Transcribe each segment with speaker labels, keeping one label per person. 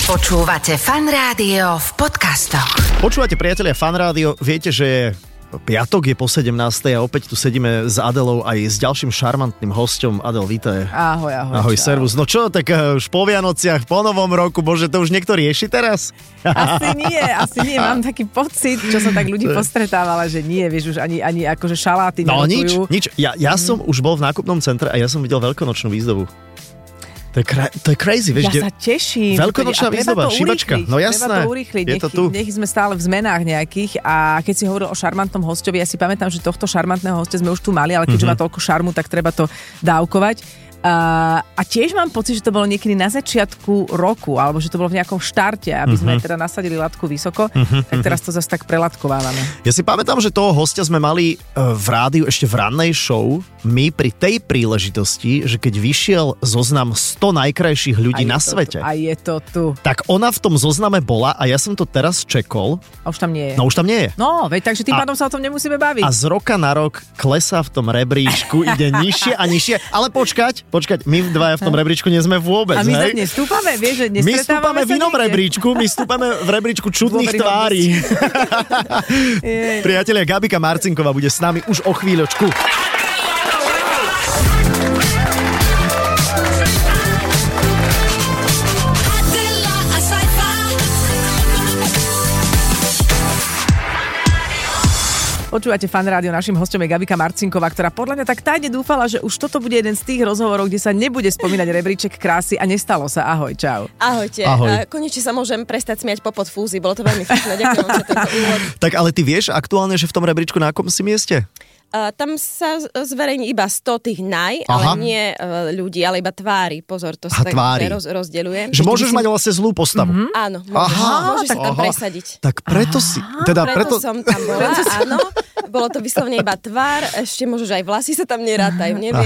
Speaker 1: Počúvate fan rádio v podcastoch.
Speaker 2: Počúvate priatelia fanrádio, viete, že je piatok je po 17. a opäť tu sedíme s Adelou aj s ďalším šarmantným hostom. Adel, vítaj.
Speaker 3: Ahoj, ahoj.
Speaker 2: Ahoj,
Speaker 3: čau.
Speaker 2: servus. No čo, tak eh, už po Vianociach, po novom roku, bože, to už niekto rieši teraz?
Speaker 3: Asi nie, asi nie, mám taký pocit, čo som tak ľudí postretávala, že nie, vieš, už ani, ani akože šaláty
Speaker 2: No nič,
Speaker 3: nerotujú.
Speaker 2: nič. Ja,
Speaker 3: Mhm.
Speaker 2: ja som už bol v nákupnom centre a ja som videl veľkonočnú výzdobu. To je, kra- to je crazy, vieš,
Speaker 3: Ja
Speaker 2: kde-
Speaker 3: sa teším.
Speaker 2: Veľkonočná
Speaker 3: A treba
Speaker 2: výzdoba,
Speaker 3: to
Speaker 2: šibačka.
Speaker 3: urýchliť,
Speaker 2: No jasné,
Speaker 3: Treba to urýchliť.
Speaker 2: je
Speaker 3: nech,
Speaker 2: to tu.
Speaker 3: Nech sme stále v zmenách nejakých. A keď si hovoril o šarmantnom hostovi, ja si pamätám, že tohto šarmantného hostia sme už tu mali, ale keďže
Speaker 2: Mhm.
Speaker 3: má toľko šarmu, tak treba to dávkovať. A, a tiež mám pocit, že to bolo niekedy na začiatku roku, alebo že to bolo v nejakom štarte,
Speaker 2: Mhm.
Speaker 3: aby sme teda nasadili latku vysoko, tak teraz to zase tak prelatkovávame.
Speaker 2: Ja si pamätám, že toho hostia sme mali e, v rádiu ešte v rannej show. My pri tej príležitosti, že keď vyšiel zoznam 100 najkrajších ľudí
Speaker 3: A je
Speaker 2: na
Speaker 3: to
Speaker 2: svete,
Speaker 3: Tu, a je to tu.
Speaker 2: tak ona v tom zozname bola a ja som to teraz čekol,
Speaker 3: A už tam nie je.
Speaker 2: no už tam nie je.
Speaker 3: No, veď takže tým
Speaker 2: A-
Speaker 3: pádom sa o tom nemusíme baviť.
Speaker 2: A z roka na rok klesá v tom rebríčku, ide nižšie a nižšie. Ale počkať, počkať, my dvaja v tom rebríčku nie sme vôbec,
Speaker 3: a my
Speaker 2: hej?
Speaker 3: tak nestúpame, vieš, že
Speaker 2: My
Speaker 3: nestretávame
Speaker 2: stúpame
Speaker 3: sa
Speaker 2: v inom
Speaker 3: nikde.
Speaker 2: rebríčku, my stúpame v rebríčku čudných
Speaker 3: Dôveryhodnosť.
Speaker 2: tvári.
Speaker 3: Jej.
Speaker 2: Priatelia, Gabika Marcinková bude s nami už o chvíľočku.
Speaker 4: Adela, a Saifa.
Speaker 3: Počúvate fan rádio, našim hostom je Gabika Marcinková, ktorá podľa mňa tak tajne dúfala, že už toto bude jeden z tých rozhovorov, kde sa nebude spomínať rebríček krásy a nestalo sa. Ahoj, čau.
Speaker 5: Ahojte.
Speaker 2: Ahoj.
Speaker 5: Ahoj. A konečne sa môžem prestať smiať po podfúzi. Bolo to veľmi vtipné. Ďakujem vám za tento úvod.
Speaker 2: Tak ale ty vieš aktuálne, že v tom rebríčku na akom si mieste?
Speaker 5: A tam sa z- zverejní iba 100 tých naj, Aha.
Speaker 2: Aha.
Speaker 5: ale nie e, ľudí, ale iba tvári. Pozor, to
Speaker 2: Aha,
Speaker 5: sa tak
Speaker 2: tvári.
Speaker 5: roz, rozdeľuje.
Speaker 2: Že môžeš mať vlastne zlú postavu. Mm-hmm.
Speaker 5: Áno, môžeš,
Speaker 2: Aha,
Speaker 5: Mhm. môžeš sa tam
Speaker 2: aha.
Speaker 5: presadiť.
Speaker 2: Tak preto si, teda
Speaker 5: Preto,
Speaker 2: preto...
Speaker 5: som tam bola, áno. Bolo to vyslovne iba tvár, ešte môžeš aj vlasy sa tam nerátajú, neviem.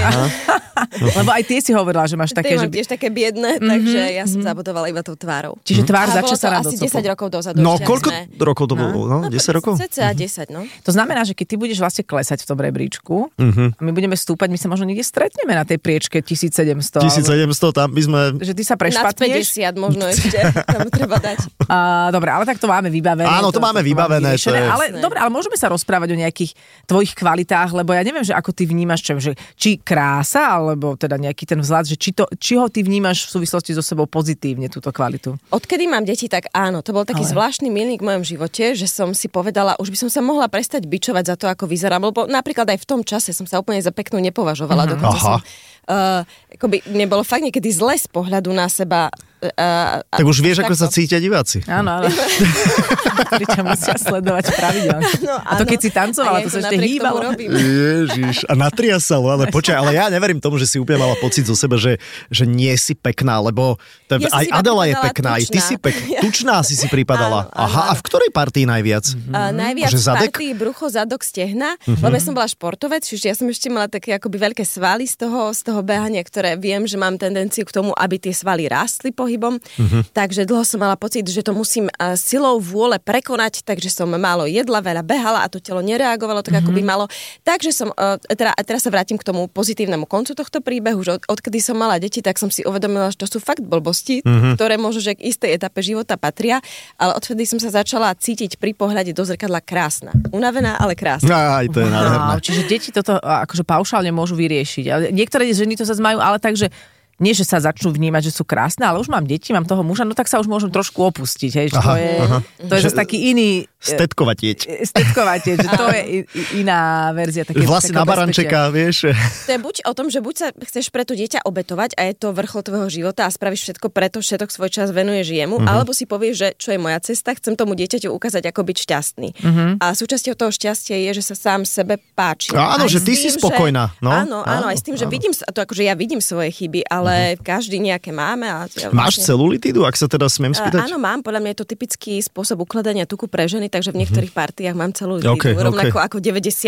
Speaker 3: Lebo aj ty si hovorila, že máš také,
Speaker 5: Také,
Speaker 3: že... Mhm,
Speaker 5: mám tiež také biedné, mm-hmm, takže ja som mm-hmm. zabudovala iba tou tvárou.
Speaker 3: Čiže tvár
Speaker 5: A bolo
Speaker 3: začne
Speaker 5: to
Speaker 3: sa rád
Speaker 5: asi
Speaker 3: do copu.
Speaker 5: 10 rokov dozadu.
Speaker 2: No
Speaker 5: ešte, ak
Speaker 2: koľko
Speaker 5: sme-
Speaker 2: rokov to bolo? No, 10 rokov?
Speaker 5: Cca 10, no.
Speaker 3: To znamená, že keď ty budeš vlastne klesať v tom rebríčku
Speaker 2: Mhm.
Speaker 3: uh-huh. a my budeme stúpať, my sa možno niekde stretneme na tej priečke 1700. 1700.
Speaker 2: 1700, tam by sme...
Speaker 3: Že ty sa
Speaker 5: Nad
Speaker 3: prešpatneš.
Speaker 5: 50 možno ešte, tam treba dať.
Speaker 3: A, dobre, ale tak to máme vybavené.
Speaker 2: Áno, to máme vybavené, to
Speaker 3: vyriešené,
Speaker 2: je-
Speaker 3: ale,
Speaker 5: Jasné.
Speaker 3: dobre, ale môžeme sa rozprávať o nejakých tvojich kvalitách, lebo ja neviem, že ako ty vnímaš, čo, že, či krása, alebo teda nejaký ten vzhľad, že či, to, či ho ty vnímaš v súvislosti so sebou pozitívne, túto kvalitu.
Speaker 5: Odkedy mám deti, tak áno, to bol taký
Speaker 3: Ale-
Speaker 5: Ale... zvláštny milník v mojom živote, že som si povedala, už by som sa mohla prestať bičovať za to, ako vyzerám, lebo napríklad aj v tom čase som sa úplne za peknú nepovažovala,
Speaker 3: Mhm.
Speaker 5: mm-hmm. dokonca
Speaker 2: Aha.
Speaker 5: som, uh, akoby mne bolo fakt niekedy zle z pohľadu na seba. Uh,
Speaker 2: Tak už vieš, ako sa cítia diváci.
Speaker 3: Áno, áno. Ktorí ťa musia sledovať pravidelne.
Speaker 5: No,
Speaker 3: a to
Speaker 5: áno.
Speaker 3: keď si tancovala,
Speaker 5: A ja
Speaker 3: to
Speaker 5: to
Speaker 3: sa ešte
Speaker 5: napriek tomu
Speaker 3: hýbalo.
Speaker 5: robím.
Speaker 2: Ježiš, a natriasalo, ale počkaj, ale ja neverím tomu, že si úplne mala pocit zo seba, že, že nie si pekná, lebo to,
Speaker 5: Ja som
Speaker 2: aj
Speaker 5: si iba
Speaker 2: Adela je
Speaker 5: pripadala
Speaker 2: pekná, aj ty
Speaker 5: tučná.
Speaker 2: si pekná, tučná si si pripadala.
Speaker 5: Áno, áno,
Speaker 2: Aha, a v ktorej partii najviac?
Speaker 5: Uh, najviac
Speaker 2: Že zadek? Mhm.
Speaker 5: party, brucho, zadok, stehna, lebo ja som bola športovec, čiže ja som ešte mala také akoby veľké svaly z toho, z toho behania, ktoré viem, že mám tendenciu k tomu, aby tie svaly rástli pohybom.
Speaker 2: Mhm.
Speaker 5: Takže dlho som mala pocit, že to musím uh, silou vôle prekonať, takže som málo jedla, veľa behala a to telo nereagovalo tak, ako by malo. Takže som, uh, teda, a teraz sa vrátim k tomu pozitívnemu koncu tohto príbehu, že od, odkedy som mala deti, tak som si uvedomila, že to sú fakt blbosti, ktoré možno, že k istej etape života patria, ale odvtedy som sa začala cítiť pri pohľade do zrkadla krásna. Unavená, ale krásna.
Speaker 2: Aj, to je nádherné.
Speaker 3: No, čiže deti toto a, akože paušálne môžu vyriešiť. Ale niektoré ženy to sa majú, ale tak, že nie, že sa začnú vnímať, že sú krásne, ale už mám deti, mám toho muža, no tak sa už môžem trošku opustiť. Hej, že to
Speaker 2: Aha,
Speaker 3: je,
Speaker 2: aha.
Speaker 3: to je
Speaker 2: Že-
Speaker 3: zase taký iný... e,
Speaker 2: Stetkovať jeď.
Speaker 3: e, Stetkovate, že to je i- i- iná verzia. Také,
Speaker 2: Vlasy na
Speaker 3: takého
Speaker 2: barančeka, vieš.
Speaker 5: To je buď o tom, že buď sa chceš pre to dieťa obetovať a je to vrchol tvojho života a spravíš všetko preto, všetok svoj čas venuješ jemu,
Speaker 2: Mhm.
Speaker 5: alebo si povieš, že čo je moja cesta, chcem tomu dieťaťu ukázať, ako byť šťastný.
Speaker 2: Mhm.
Speaker 5: A súčasťou toho šťastia je, že sa sám sebe páči.
Speaker 2: No Áno,
Speaker 5: Aj
Speaker 2: že
Speaker 5: s
Speaker 2: ty si
Speaker 5: tým, že-
Speaker 2: spokojná, no.
Speaker 5: Áno, áno, aj s tým, že
Speaker 2: Áno, áno.
Speaker 5: vidím, sa- to akože ja vidím svoje chyby, ale každý nejaké máme. A ja
Speaker 2: Máš
Speaker 5: vlastne-
Speaker 2: celulitídu, ak sa teda smiem
Speaker 5: Uh,
Speaker 2: spýtať?
Speaker 5: áno, mám, podľa mňa je to typický spôsob ukladania tuku pre ženy, takže v niektorých partiách mám celú lidu,
Speaker 2: Mhm. Ok, ok.
Speaker 5: rovnako ako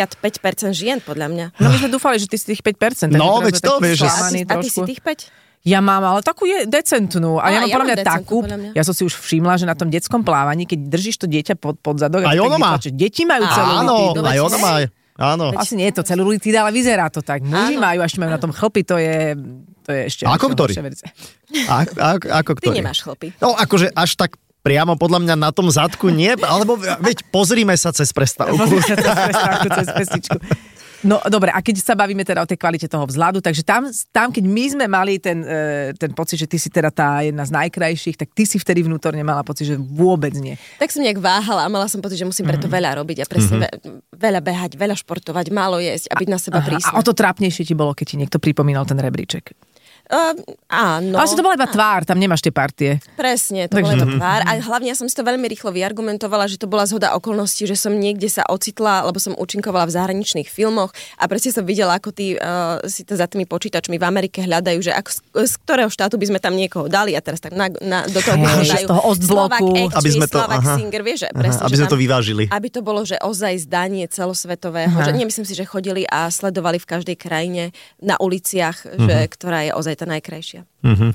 Speaker 5: 95% žien, podľa mňa.
Speaker 3: No my sme dúfali, že ty si tých 5%. takže
Speaker 2: No,
Speaker 3: teraz
Speaker 2: veď
Speaker 3: sme
Speaker 2: to
Speaker 3: takí
Speaker 2: vieš, že-
Speaker 5: A
Speaker 3: sklamaní
Speaker 5: ty, a ty si
Speaker 3: trošku.
Speaker 5: tých 5?
Speaker 3: Ja mám, ale takú je decentnú. A,
Speaker 5: No,
Speaker 3: ja
Speaker 5: a
Speaker 3: mám
Speaker 5: ja
Speaker 3: podľa
Speaker 5: mám
Speaker 3: mňa
Speaker 5: decentnú,
Speaker 3: takú,
Speaker 5: podľa mňa.
Speaker 3: ja som si už všimla, že na tom detskom plávaní, keď držíš to dieťa pod, pod zadok,
Speaker 2: Aj
Speaker 3: a to tak
Speaker 2: ono má.
Speaker 3: vytlačíš. Deti majú celú
Speaker 2: Áno,
Speaker 5: no
Speaker 2: aj
Speaker 5: veď
Speaker 2: ona
Speaker 5: hej.
Speaker 2: má. Áno.
Speaker 3: Asi nie je to celulitída, ale vyzerá to tak. Muži
Speaker 5: Áno.
Speaker 3: majú, až majú na tom chlpy, to je To je ešte...
Speaker 2: Ako
Speaker 3: ešte
Speaker 2: ktorý?
Speaker 3: horšia verzia.
Speaker 2: A, a, ako
Speaker 5: Ty
Speaker 2: ktorý?
Speaker 5: nemáš chlopy.
Speaker 2: No akože až tak priamo podľa mňa na tom zadku nie, alebo veď pozrime sa cez prestávku.
Speaker 3: Pozrite sa cez prestávku, cez pestičku. No dobre, a keď sa bavíme teda o tej kvalite toho vzhľadu, takže tam, tam keď my sme mali ten, e, ten pocit, že ty si teda tá jedna z najkrajších, tak ty si vtedy vnútorne mala pocit, že vôbec nie.
Speaker 5: Tak som nejak váhala a mala som pocit, že musím preto
Speaker 3: Mhm.
Speaker 5: veľa robiť a presne ve- veľa behať, veľa športovať, málo jesť a byť na seba
Speaker 3: A
Speaker 5: prísna.
Speaker 3: o to trápnejšie ti bolo, keď ti niekto pripomínal ten rebríček.
Speaker 5: Ehm, áno.
Speaker 3: No. Ale si to bola iba tvár, tam nemáš tie partie.
Speaker 5: Presne, to
Speaker 3: Takže- Mhm.
Speaker 5: bola to tvár. A hlavne ja som si to veľmi rýchlo vyargumentovala, že to bola zhoda okolností, že som niekde sa ocitla, lebo som účinkovala v zahraničných filmoch a presne som videla, ako tí uh, si to za tými počítačmi v Amerike hľadajú, že ako, z, z ktorého štátu by sme tam niekoho dali a teraz tak na, na, do toho
Speaker 3: Hej,
Speaker 5: hľadajú
Speaker 3: z toho Ostbloku.
Speaker 5: Slovak Actress,
Speaker 2: Aby sme to-
Speaker 5: Slovak
Speaker 2: aha.
Speaker 5: Singer, vieš, že
Speaker 2: Aha,
Speaker 5: presne,
Speaker 2: aby
Speaker 5: že
Speaker 2: sme to
Speaker 5: tam-
Speaker 2: vyvážili.
Speaker 5: Aby to bolo, že ozaj zdanie celosvetového,
Speaker 3: Aha.
Speaker 5: že nemyslím si, že chodili a sledovali v každej krajine na uliciach, že
Speaker 2: Mhm.
Speaker 5: ktorá je ozaj tá najkrajšia. Takže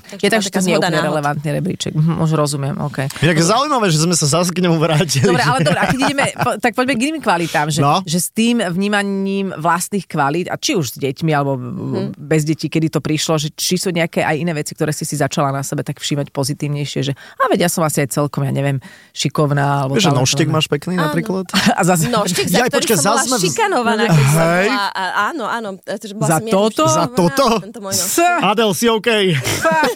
Speaker 3: Je
Speaker 5: bola
Speaker 3: tak, že
Speaker 5: taká
Speaker 3: to nie je
Speaker 5: zhoda
Speaker 3: úplne
Speaker 5: náhod.
Speaker 3: relevantný rebríček. Mhm, už rozumiem, OK.
Speaker 2: Inak zaujímavé, že sme sa zase k nemu vrátili.
Speaker 3: Dobre, ale dobre, a keď ideme, po, tak poďme k iným kvalitám, že,
Speaker 2: No.
Speaker 3: no. že s tým vnímaním vlastných kvalít, a či už s deťmi, alebo hmm. bez detí, kedy to prišlo, že či sú nejaké aj iné veci, ktoré si si začala na sebe tak všímať pozitívnejšie, že a veď ja som asi aj celkom, ja neviem, šikovná, alebo...
Speaker 2: Vieš, že
Speaker 3: talentovaná.
Speaker 2: nožtek máš pekný napríklad?
Speaker 3: A zase,
Speaker 5: No, štik, za
Speaker 2: Jaj, počkaj,
Speaker 5: Jaj, počkej, som bola
Speaker 2: zase sme-
Speaker 5: šikanovaná, keď som
Speaker 2: Hej.
Speaker 5: bola, a, áno, áno. Takže bola
Speaker 3: Za
Speaker 5: som
Speaker 3: toto?
Speaker 5: Ja
Speaker 2: Za toto?
Speaker 5: Tento môj nos.
Speaker 3: S,
Speaker 2: Adel, si OK.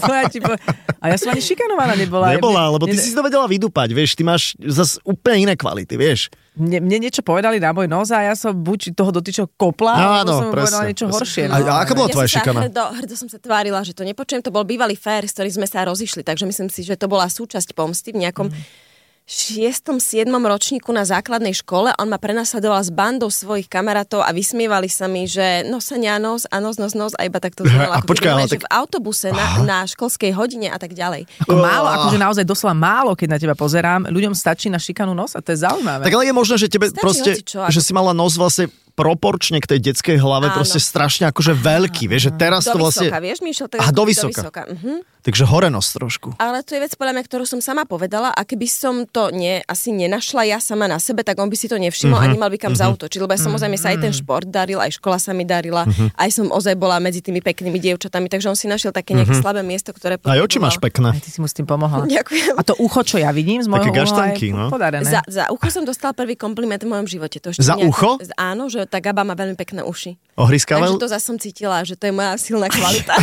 Speaker 3: to ja ti po... A ja som ani šikanovaná nebola.
Speaker 2: Nebola, lebo ty
Speaker 3: Mne-
Speaker 2: si to vedela vydupať, vieš, ty máš zase úplne iné kvality, vieš.
Speaker 3: Mne, mne niečo povedali na môj nos a ja som buď toho dotyčo kopla,
Speaker 2: Áno,
Speaker 3: alebo som mu
Speaker 2: presne,
Speaker 3: povedala niečo
Speaker 2: presne.
Speaker 3: horšie. no.
Speaker 2: A- a aká bola
Speaker 5: Ja
Speaker 2: tvoja
Speaker 5: som sa
Speaker 2: šikana?
Speaker 5: Hrdo, hrdo som sa tvárila, že to nepočujem. To bol bývalý fér, s ktorým sme sa rozišli, takže myslím si, že to bola súčasť pomsty v nejakom
Speaker 2: Mm.
Speaker 5: šiestom, siedmom ročníku na základnej škole. On ma prenasledoval s bandou svojich kamarátov a vysmievali sa mi, že nosania nos a nos, nos, nos a iba takto
Speaker 2: A
Speaker 5: znamenalo. ako keby
Speaker 2: počkaj, ale
Speaker 5: len, že
Speaker 2: tak-
Speaker 5: v autobuse na, na školskej hodine a tak ďalej.
Speaker 3: Ako
Speaker 2: Oh.
Speaker 3: málo, akože naozaj doslova málo, keď na teba pozerám. Ľuďom stačí na šikanu nosa, to je zaujímavé.
Speaker 2: Tak ale je možné, že tebe
Speaker 5: Stačí
Speaker 2: proste,
Speaker 5: hocičo, ako-
Speaker 2: že si mala nos vlastne proporčne k tej detskej hlave,
Speaker 5: Áno.
Speaker 2: proste strašne akože veľký, vieš, že teraz
Speaker 5: Do
Speaker 2: to vlastne...
Speaker 5: vysoka, vieš, Mišo? Tak
Speaker 2: Aha, do
Speaker 5: Do
Speaker 2: vysoka.
Speaker 5: vysoka. Mhm.
Speaker 2: Takže hore nos trošku.
Speaker 5: Ale to je vec, podľa mňa, ktorú som sama povedala a keby som to nie, asi nenašla ja sama na sebe, tak on by si to nevšimol
Speaker 2: Mhm.
Speaker 5: a nemal by kam zautočiť, lebo ja samozrejme sa aj ten šport daril, aj škola sa mi darila,
Speaker 2: Mhm.
Speaker 5: aj som ozaj bola medzi tými peknými dievčatami, takže on si našiel také nejaké slabé miesto, ktoré
Speaker 2: Mhm. Aj oči máš
Speaker 3: Aj
Speaker 5: potreboval.
Speaker 2: pekné.
Speaker 3: ty si mu s tým pomohla.
Speaker 5: Ďakujem.
Speaker 3: A to ucho, čo ja vidím z môjho
Speaker 2: Také
Speaker 3: uhla,
Speaker 2: gaštanky,
Speaker 3: je
Speaker 2: no.
Speaker 3: podarené.
Speaker 5: Za, za ucho som dostala prvý kompliment v mojom živote. To ešte
Speaker 2: Za ucho?
Speaker 5: Z- Áno, že tá Gaba má veľmi pekné uši.
Speaker 2: Ohriskával?
Speaker 5: Takže to zase som cítila, že to je moja silná kvalita.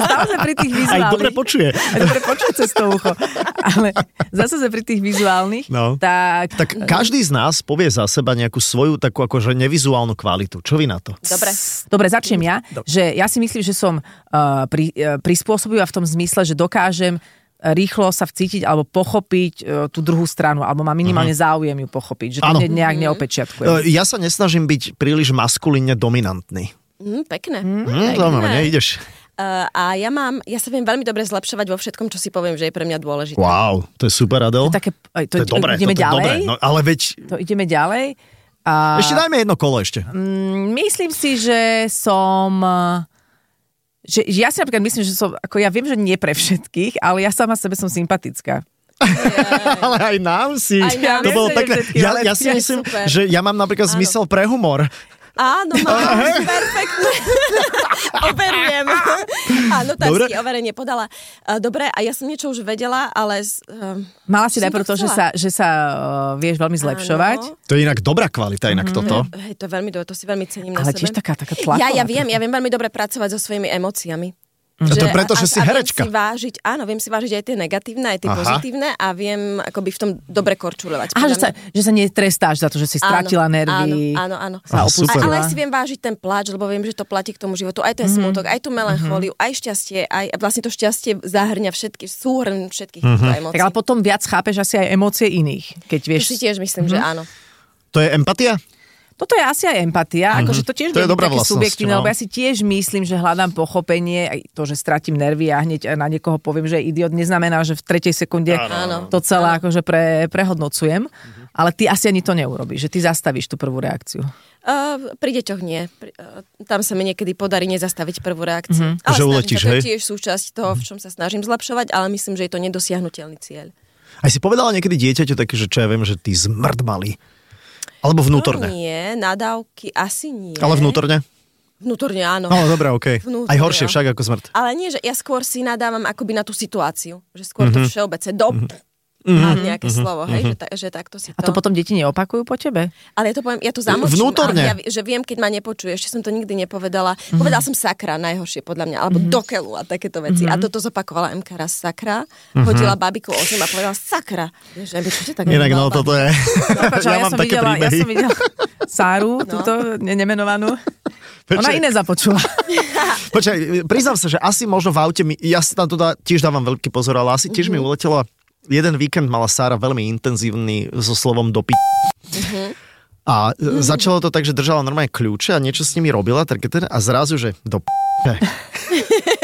Speaker 3: Stále sme pri tých
Speaker 2: Aj
Speaker 3: vizuálnych.
Speaker 2: dobre počuje.
Speaker 3: Aj dobre počuť cez to ucho. Ale zase sme pri tých vizuálnych.
Speaker 2: No.
Speaker 3: Tak,
Speaker 2: Tak
Speaker 5: Mhm.
Speaker 2: každý z nás povie za seba nejakú svoju takú akože nevizuálnu kvalitu. Čo vy na to?
Speaker 5: Dobre.
Speaker 3: Dobre, začnem ja. Že ja si myslím, že som uh, pri, uh, prispôsobivá v tom zmysle, že dokážem eh, rýchlo sa vcítiť alebo pochopiť uh, tú druhú stranu, alebo má minimálne záujem ju pochopiť, že to
Speaker 2: Mhm. Áno.
Speaker 3: ne, nejak neopečiatkujem.
Speaker 2: E, Ja sa nesnažím byť príliš maskulínne dominantný.
Speaker 5: Hm, pekné.
Speaker 2: Hm, zaujímavé, neideš.
Speaker 5: Uh, a ja mám, ja sa viem veľmi dobre zlepšovať vo všetkom, čo si poviem, že je pre mňa dôležité.
Speaker 2: Wow, to je super, Adel.
Speaker 3: Také, aj,
Speaker 2: To je dobré,
Speaker 3: ideme
Speaker 2: toto je
Speaker 3: ďalej.
Speaker 2: dobré. No, ale veď,
Speaker 3: To ideme ďalej. A
Speaker 2: ešte dajme jedno kolo ešte.
Speaker 3: myslím si, že som... e, Že, že ja si napríklad myslím, že som... Ako ja viem, že nie pre všetkých, ale ja sama sebe som sympatická.
Speaker 2: Ale aj nám si.
Speaker 5: Aj nám
Speaker 2: to
Speaker 5: si,
Speaker 2: bolo
Speaker 3: že
Speaker 2: pekné.
Speaker 3: všetky
Speaker 2: Ja,
Speaker 3: lepšie.
Speaker 2: ja si myslím,
Speaker 5: Super.
Speaker 2: že ja mám napríklad zmysel pre humor.
Speaker 5: Áno, mám perfektné. Overujem. Áno, tak
Speaker 2: Dobre.
Speaker 5: si overenie podala. Uh, dobre, a ja som niečo už vedela, ale... s- ehm,
Speaker 3: Mala si
Speaker 5: Som
Speaker 3: najprv
Speaker 5: to
Speaker 3: to, že sa,
Speaker 5: chcela.
Speaker 3: že sa uh, vieš veľmi zlepšovať.
Speaker 5: áno.
Speaker 2: To je inak dobrá kvalita, inak toto.
Speaker 5: Hej, to je veľmi dobré, to si veľmi cením na
Speaker 3: Ale
Speaker 5: sebe.
Speaker 3: tiež taká- taká tlaková
Speaker 5: Ja, ja viem,
Speaker 3: trochu.
Speaker 5: ja viem veľmi dobre pracovať so svojimi emóciami.
Speaker 2: to je preto, že si herečka.
Speaker 5: Viem si vážiť, áno, viem si vážiť aj tie negatívne, aj tie
Speaker 2: Aha.
Speaker 5: pozitívne a viem akoby v tom dobre korčulovať.
Speaker 3: Aha,
Speaker 5: podľa
Speaker 3: že sa,
Speaker 5: mňa.
Speaker 3: že sa netrestáš za to, že si stratila
Speaker 5: áno,
Speaker 3: nervy.
Speaker 5: Áno, áno, áno.
Speaker 2: Aha,
Speaker 3: Sa
Speaker 2: super.
Speaker 3: opustila. Mhm.
Speaker 5: A, ale aj si viem vážiť ten pláč, lebo viem, že to platí k tomu životu. Aj ten mm-hmm. smutok, aj tú melanchóliu, mm-hmm. aj šťastie, aj a vlastne to šťastie zahrňa všetky, súhrn všetkých
Speaker 2: Mhm.
Speaker 5: mm-hmm. emócií.
Speaker 3: Tak ale potom viac chápeš asi aj emócie iných, keď
Speaker 5: To
Speaker 3: vieš...
Speaker 5: si tiež myslím,
Speaker 3: Mhm.
Speaker 5: mm-hmm. že áno.
Speaker 2: To je empatia?
Speaker 3: Toto je asi aj empatia, mm-hmm. akože to tiež
Speaker 2: Mhm. To je
Speaker 3: vie byť
Speaker 2: dobrá
Speaker 3: také
Speaker 2: vlastnosť,
Speaker 3: subjektívne,
Speaker 2: no.
Speaker 3: lebo ja si tiež myslím, že hľadám pochopenie, aj to, že stratím nervy a hneď na niekoho poviem, že je idiot, neznamená, že v tretej sekunde
Speaker 5: Áno.
Speaker 3: to celé akože pre, prehodnocujem,
Speaker 2: Mhm.
Speaker 3: ale ty asi ani to neurobíš, že ty zastavíš tú prvú reakciu.
Speaker 5: Uh, pri deťoch nie. Pri, uh, tam sa mi niekedy podarí nezastaviť prvú reakciu.
Speaker 3: Mhm.
Speaker 5: Mm-hmm. Ale
Speaker 2: Že
Speaker 5: snažím
Speaker 2: uletíš,
Speaker 5: sa, to
Speaker 2: hej?
Speaker 5: je tiež súčasť toho, v čom sa snažím zlepšovať, ale myslím, že je to nedosiahnutelný cieľ.
Speaker 2: Aj si povedala niekedy dieťaťu také, že čo ja viem, že ty zmrd malý. Alebo vnútorne.
Speaker 5: No Nie, nadávky asi nie.
Speaker 2: Ale vnútorne.
Speaker 5: Vnútorne áno.
Speaker 2: No, dobré, okej.
Speaker 5: Vnútorne,
Speaker 2: Aj horšie
Speaker 5: no.
Speaker 2: však ako smrť.
Speaker 5: Ale nie, že ja skôr si nadávam akoby na tú situáciu. Že skôr
Speaker 2: Mhm.
Speaker 5: mm-hmm. to všeobecne do... Mm-hmm. Mám nejaké mm-hmm. slovo, hej, mm-hmm. že, ta, že takto si to...
Speaker 3: A to potom deti neopakujú po tebe?
Speaker 5: Ale ja to poviem, ja to zamlčím.
Speaker 2: Vnútorne. Mhm.
Speaker 5: ale Ja, vi- že viem, keď ma nepočuje, ešte som to nikdy nepovedala. Mm-hmm. Povedala som sakra najhoršie podľa mňa, alebo mm-hmm. dokelu a takéto veci.
Speaker 2: Mhm.
Speaker 5: Mm-hmm. A toto zopakovala MK raz sakra, mm-hmm. hodila babiku o zem a povedala sakra. Vieš, aby čo ťa tak
Speaker 2: Inak, no
Speaker 5: napadlo?
Speaker 2: toto je...
Speaker 3: Prepáč, ale
Speaker 2: ja, mám
Speaker 3: som
Speaker 2: také
Speaker 3: videla, ja
Speaker 2: príbehy.
Speaker 3: som videla Sáru, no. túto ne- nemenovanú. Ona
Speaker 2: Prečo?
Speaker 3: iné započula.
Speaker 2: Počkaj, priznám sa, že asi možno v aute, mi, ja si tam teda tiež dávam veľký pozor, ale asi tiež
Speaker 3: Mhm.
Speaker 2: mi uletelo, jeden víkend mala Sára veľmi intenzívny so slovom do pi...
Speaker 3: Mhm.
Speaker 2: A e, začalo to tak, že držala normálne kľúče a niečo s nimi robila, tak ten, a zrazu, že do p...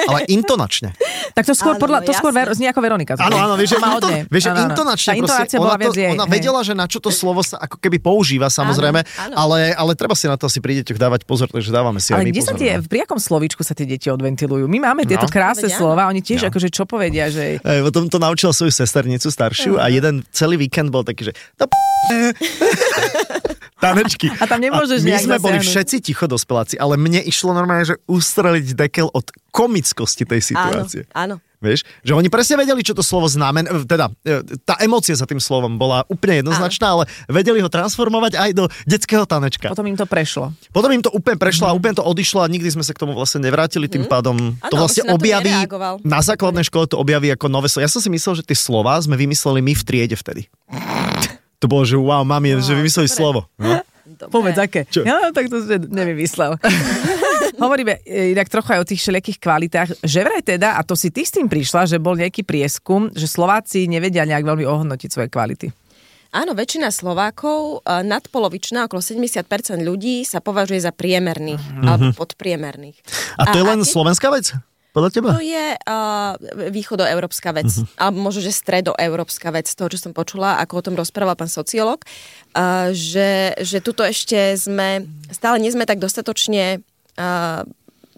Speaker 2: Ale intonačne.
Speaker 3: Tak to skôr,
Speaker 5: Áno, no
Speaker 3: podľa, to
Speaker 5: jasne.
Speaker 3: skôr ver, znie ako Veronika.
Speaker 2: Áno, áno, vieš, že,
Speaker 3: Má od
Speaker 2: inton,
Speaker 3: nej.
Speaker 2: vieš, že
Speaker 3: Áno, áno.
Speaker 2: intonačne.
Speaker 3: Tá intonácia
Speaker 2: proste,
Speaker 3: bola
Speaker 2: ona,
Speaker 3: viac
Speaker 2: to,
Speaker 3: jej.
Speaker 2: ona
Speaker 3: hej.
Speaker 2: vedela, že na čo to slovo sa ako keby používa, samozrejme,
Speaker 5: áno.
Speaker 2: Ale, ale treba si na to asi pri deťoch dávať pozor, takže dávame si aj
Speaker 3: Ale
Speaker 2: my
Speaker 3: kde sa
Speaker 2: pozor.
Speaker 3: tie, pri akom slovíčku sa tie deti odventilujú? My máme tieto
Speaker 2: No.
Speaker 3: krásne
Speaker 5: Veď áno.
Speaker 3: slova, oni tiež akože čo povedia, že...
Speaker 2: E, potom to naučila svoju sesternicu staršiu a jeden celý víkend bol taký, že no, p- tanečky.
Speaker 3: A tam nemôžeš
Speaker 2: my
Speaker 3: nejak
Speaker 2: sme boli
Speaker 3: zasiahnuť.
Speaker 2: všetci ticho dospeláci, ale mne išlo normálne, že ustreliť dekel od komickosti tej situácie.
Speaker 5: Áno, áno.
Speaker 2: Vieš, že oni presne vedeli, čo to slovo znamená, teda e, tá emócia za tým slovom bola úplne jednoznačná, ale vedeli ho transformovať aj do detského tanečka.
Speaker 3: Potom im to prešlo.
Speaker 2: Potom im to úplne prešlo a úplne to odišlo a nikdy sme sa k tomu vlastne nevrátili, tým pádom to
Speaker 5: Mm. Áno,
Speaker 2: vlastne
Speaker 5: on si na to
Speaker 2: objaví,
Speaker 5: nereagoval.
Speaker 2: na základnej škole to objaví ako nové slovo. Ja som si myslel, že tie slova sme vymysleli my v triede vtedy. To bolo, že wow, mami, že vymysleli
Speaker 5: dobre.
Speaker 2: slovo. No?
Speaker 5: Dobre.
Speaker 3: Povedz, aké.
Speaker 2: Čo?
Speaker 3: Ja, tak to ste nevymyslel. Hovoríme e, inak trochu aj o tých všelijakých kvalitách. Že vraj teda, a to si ty s tým prišla, že bol nejaký prieskum, že Slováci nevedia nejak veľmi ohodnotiť svoje kvality.
Speaker 5: Áno, väčšina Slovákov, eh, nadpolovičná, okolo 70% ľudí sa považuje za priemerných alebo podpriemerných.
Speaker 2: Mhm. A to je len
Speaker 5: keď-
Speaker 2: slovenská vec? Podľa teba?
Speaker 5: To je uh, východoeurópska vec, uh-huh. alebo možno, že stredoeurópska vec, z toho, čo som počula, ako o tom rozprával pán sociológ, uh, že, že tuto ešte sme, stále nie sme tak dostatočne uh,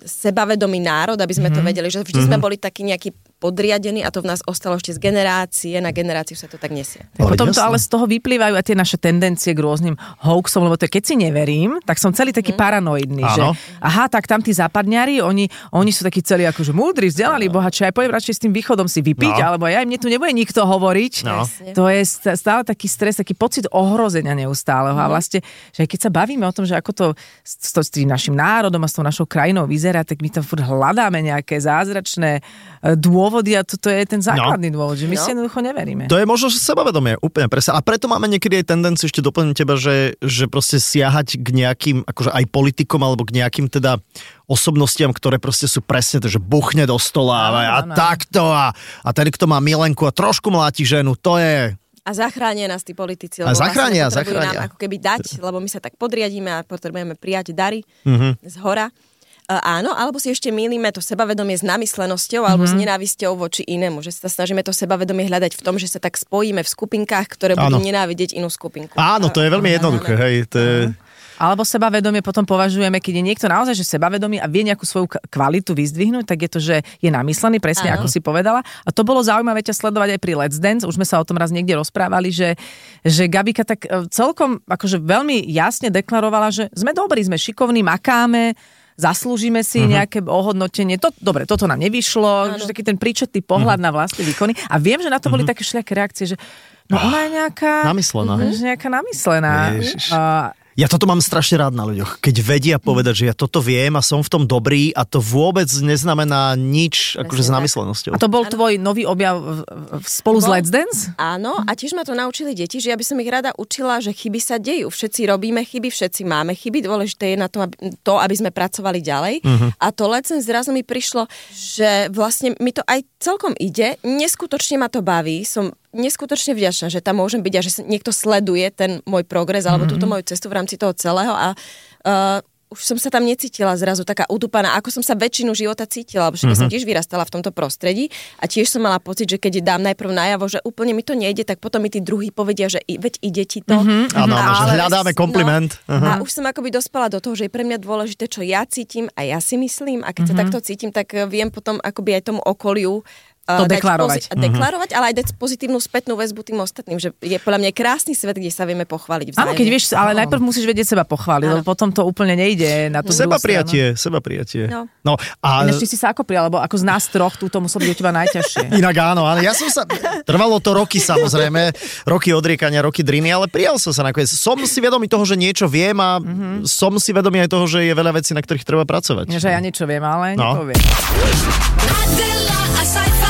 Speaker 5: sebavedomý národ, aby sme to vedeli, že vždy sme boli takí nejakí podriadení a to v nás ostalo ešte z generácie na generáciu sa to tak nesie.
Speaker 3: Tak
Speaker 2: Ale
Speaker 3: potom to
Speaker 2: jasné.
Speaker 3: ale z toho vyplývajú aj tie naše tendencie k rôznym hoaxom, lebo to je, keď si neverím, tak som celý
Speaker 5: Mhm.
Speaker 3: taký paranoidný, že
Speaker 2: Áno.
Speaker 3: aha, tak tam tí západňari, oni, oni sú takí celí akože múdri, vzdelaní, bohači, aj pojem radšej s tým východom si vypiť,
Speaker 2: No.
Speaker 3: alebo aj mne tu nebude nikto hovoriť.
Speaker 2: No.
Speaker 5: Presne.
Speaker 3: To je st- stále taký stres, taký pocit ohrozenia neustáleho
Speaker 5: Mhm.
Speaker 3: a vlastne, že aj keď sa bavíme o tom, že ako to s, s, to- s tým našim národom a s tou našou krajinou vyzerá, tak my tam furt hľadáme nejaké zázračné e, dôvody a toto je ten základný dôvod, že my
Speaker 5: No.
Speaker 3: si jednoducho neveríme.
Speaker 2: To je možno, že sebavedomie, úplne presne. A preto máme niekedy aj tendenciu, ešte doplním teba, že, že proste siahať k nejakým, akože aj politikom, alebo k nejakým teda osobnostiam, ktoré proste sú presne to, že buchne do stola a, a
Speaker 3: áno.
Speaker 2: takto a, a ten, kto má milenku a trošku mláti ženu, to je...
Speaker 5: A zachránia nás tí politici.
Speaker 2: A
Speaker 5: Lebo
Speaker 2: zachránia,
Speaker 5: vlastne potrebujú
Speaker 2: zachránia.
Speaker 5: Nám ako keby dať, lebo my sa tak podriadíme a potrebujeme prijať dary
Speaker 2: Mhm.
Speaker 5: mm-hmm. z hora. E, áno, alebo si ešte mýlime to sebavedomie s namyslenosťou alebo
Speaker 2: Mhm.
Speaker 5: mm-hmm. s nenávisťou voči inému. Že sa snažíme to sebavedomie hľadať v tom, že sa tak spojíme v skupinkách, ktoré budú
Speaker 2: Áno.
Speaker 5: nenávidieť inú skupinku.
Speaker 2: Áno, to je veľmi jednoduché, hej, to je...
Speaker 3: Alebo sebavedomie potom považujeme, keď je niekto naozaj že sebavedomý a vie nejakú svoju k- kvalitu vyzdvihnúť, tak je to, že je namyslený, presne
Speaker 5: Áno.
Speaker 3: ako si povedala. A to bolo zaujímavé ťa sledovať aj pri Let's Dance. Už sme sa o tom raz niekde rozprávali, že, že Gabika tak e, celkom akože veľmi jasne deklarovala, že sme dobrí, sme šikovní, makáme,
Speaker 2: Mhm.
Speaker 3: zaslúžime si nejaké ohodnotenie. To, dobre, toto nám nevyšlo, že taký ten príčetný
Speaker 2: Mhm.
Speaker 3: pohľad na vlastné výkony. A viem, že na to boli také všelijaké reakcie, že no ona je nejaká...
Speaker 2: Ah, Namyslená.
Speaker 3: Mhm, že nejaká namyslená.
Speaker 2: Ježiš.
Speaker 3: A-
Speaker 2: Ja toto mám strašne rád na ľuďoch, keď vedia povedať, že ja toto viem a som v tom dobrý a to vôbec neznamená nič akože s
Speaker 5: tak.
Speaker 2: námyslenosťou.
Speaker 3: A to bol tvoj nový objav v- v- spolu s
Speaker 5: Bol.
Speaker 3: Let's Dance?
Speaker 5: Áno, a tiež ma to naučili deti, že ja by som ich rada učila, že chyby sa dejú. Všetci robíme chyby, všetci máme chyby. Dôležité je na to, aby, to, aby sme pracovali ďalej. Uh-huh. A to lecen zrazu mi prišlo, že vlastne mi to aj celkom ide. Neskutočne ma to baví. Som neskutočne vďačná, že tam môžem byť a že sa- niekto sleduje ten môj progres alebo túto moju cestu v rámci toho celého. A uh, už som sa tam necítila zrazu taká udupaná, ako som sa väčšinu života cítila, pretože
Speaker 3: Mhm.
Speaker 5: mm-hmm. som tiež vyrastala v tomto prostredí a tiež som mala pocit, že keď dám najprv najavo, že úplne mi to nejde, tak potom mi tí druhí povedia, že i, veď ide ti to.
Speaker 3: Mhm.
Speaker 5: Mm-hmm.
Speaker 2: Áno, áno, že hľadáme kompliment. Mhm.
Speaker 5: No, a už som akoby dospela do toho, že je pre mňa dôležité,
Speaker 3: Mhm.
Speaker 5: čo ja cítim a ja si myslím a keď mm-hmm. sa takto cítim, tak eh, viem potom akoby aj tomu okoliu eh,
Speaker 3: To
Speaker 5: uh, dať
Speaker 3: deklarovať. Mhm.
Speaker 5: pozi- deklarovať, ale aj dať pozitívnu spätnú väzbu tým ostatným, že je podľa mňa krásny svet, kde sa vieme pochváliť vzájomne.
Speaker 3: Áno, keď vieš, ale najprv musíš vedieť seba pochváliť, lebo potom to úplne nejde na tú druhú
Speaker 2: Seba
Speaker 3: stranu.
Speaker 2: prijatie, seba prijatie.
Speaker 5: No.
Speaker 2: no a...
Speaker 3: Ináč, ty si sa ako prijal, lebo ako z nás troch, túto muselo byť u teba najťažšie.
Speaker 2: Inak áno, áno. Ja som sa... Trvalo to roky samozrejme, roky odriekania, roky driny, ale prijal som sa nakoniec. Som si vedomý toho, že niečo viem a mm-hmm. som si vedomý aj toho, že je veľa vecí, na ktorých treba pracovať.
Speaker 3: Ináč, aj ja niečo viem, ale
Speaker 2: No.
Speaker 3: nepoviem.
Speaker 4: Adela, a sci-fi.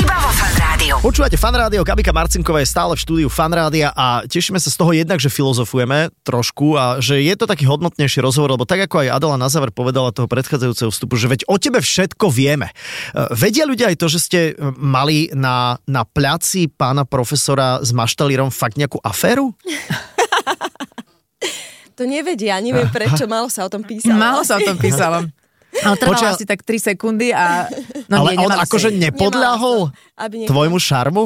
Speaker 1: Iba vo Fan Rádiu.
Speaker 2: Počúvate Fan Rádio, Gabika Marcinková je stále v štúdiu Fan Rádia a tešíme sa z toho jednak, že filozofujeme trošku a že je to taký hodnotnejší rozhovor, lebo tak ako aj Adela na záver povedala toho predchádzajúceho vstupu, že veď o tebe všetko vieme. E, Vedia ľudia aj to, že ste e, mali na, na placi pána profesora s maštalírom fakt nejakú aféru?
Speaker 5: To nevedia, neviem prečo, málo sa o tom písalo.
Speaker 3: Málo sa o tom písalo. Ale trvalo
Speaker 2: Počkaj-
Speaker 3: asi tak 3 sekundy a... No,
Speaker 2: Ale
Speaker 3: nie,
Speaker 2: on
Speaker 3: nemali
Speaker 2: akože
Speaker 3: ste.
Speaker 2: nepodľahol
Speaker 5: Aby niekto-
Speaker 2: tvojmu šarmu?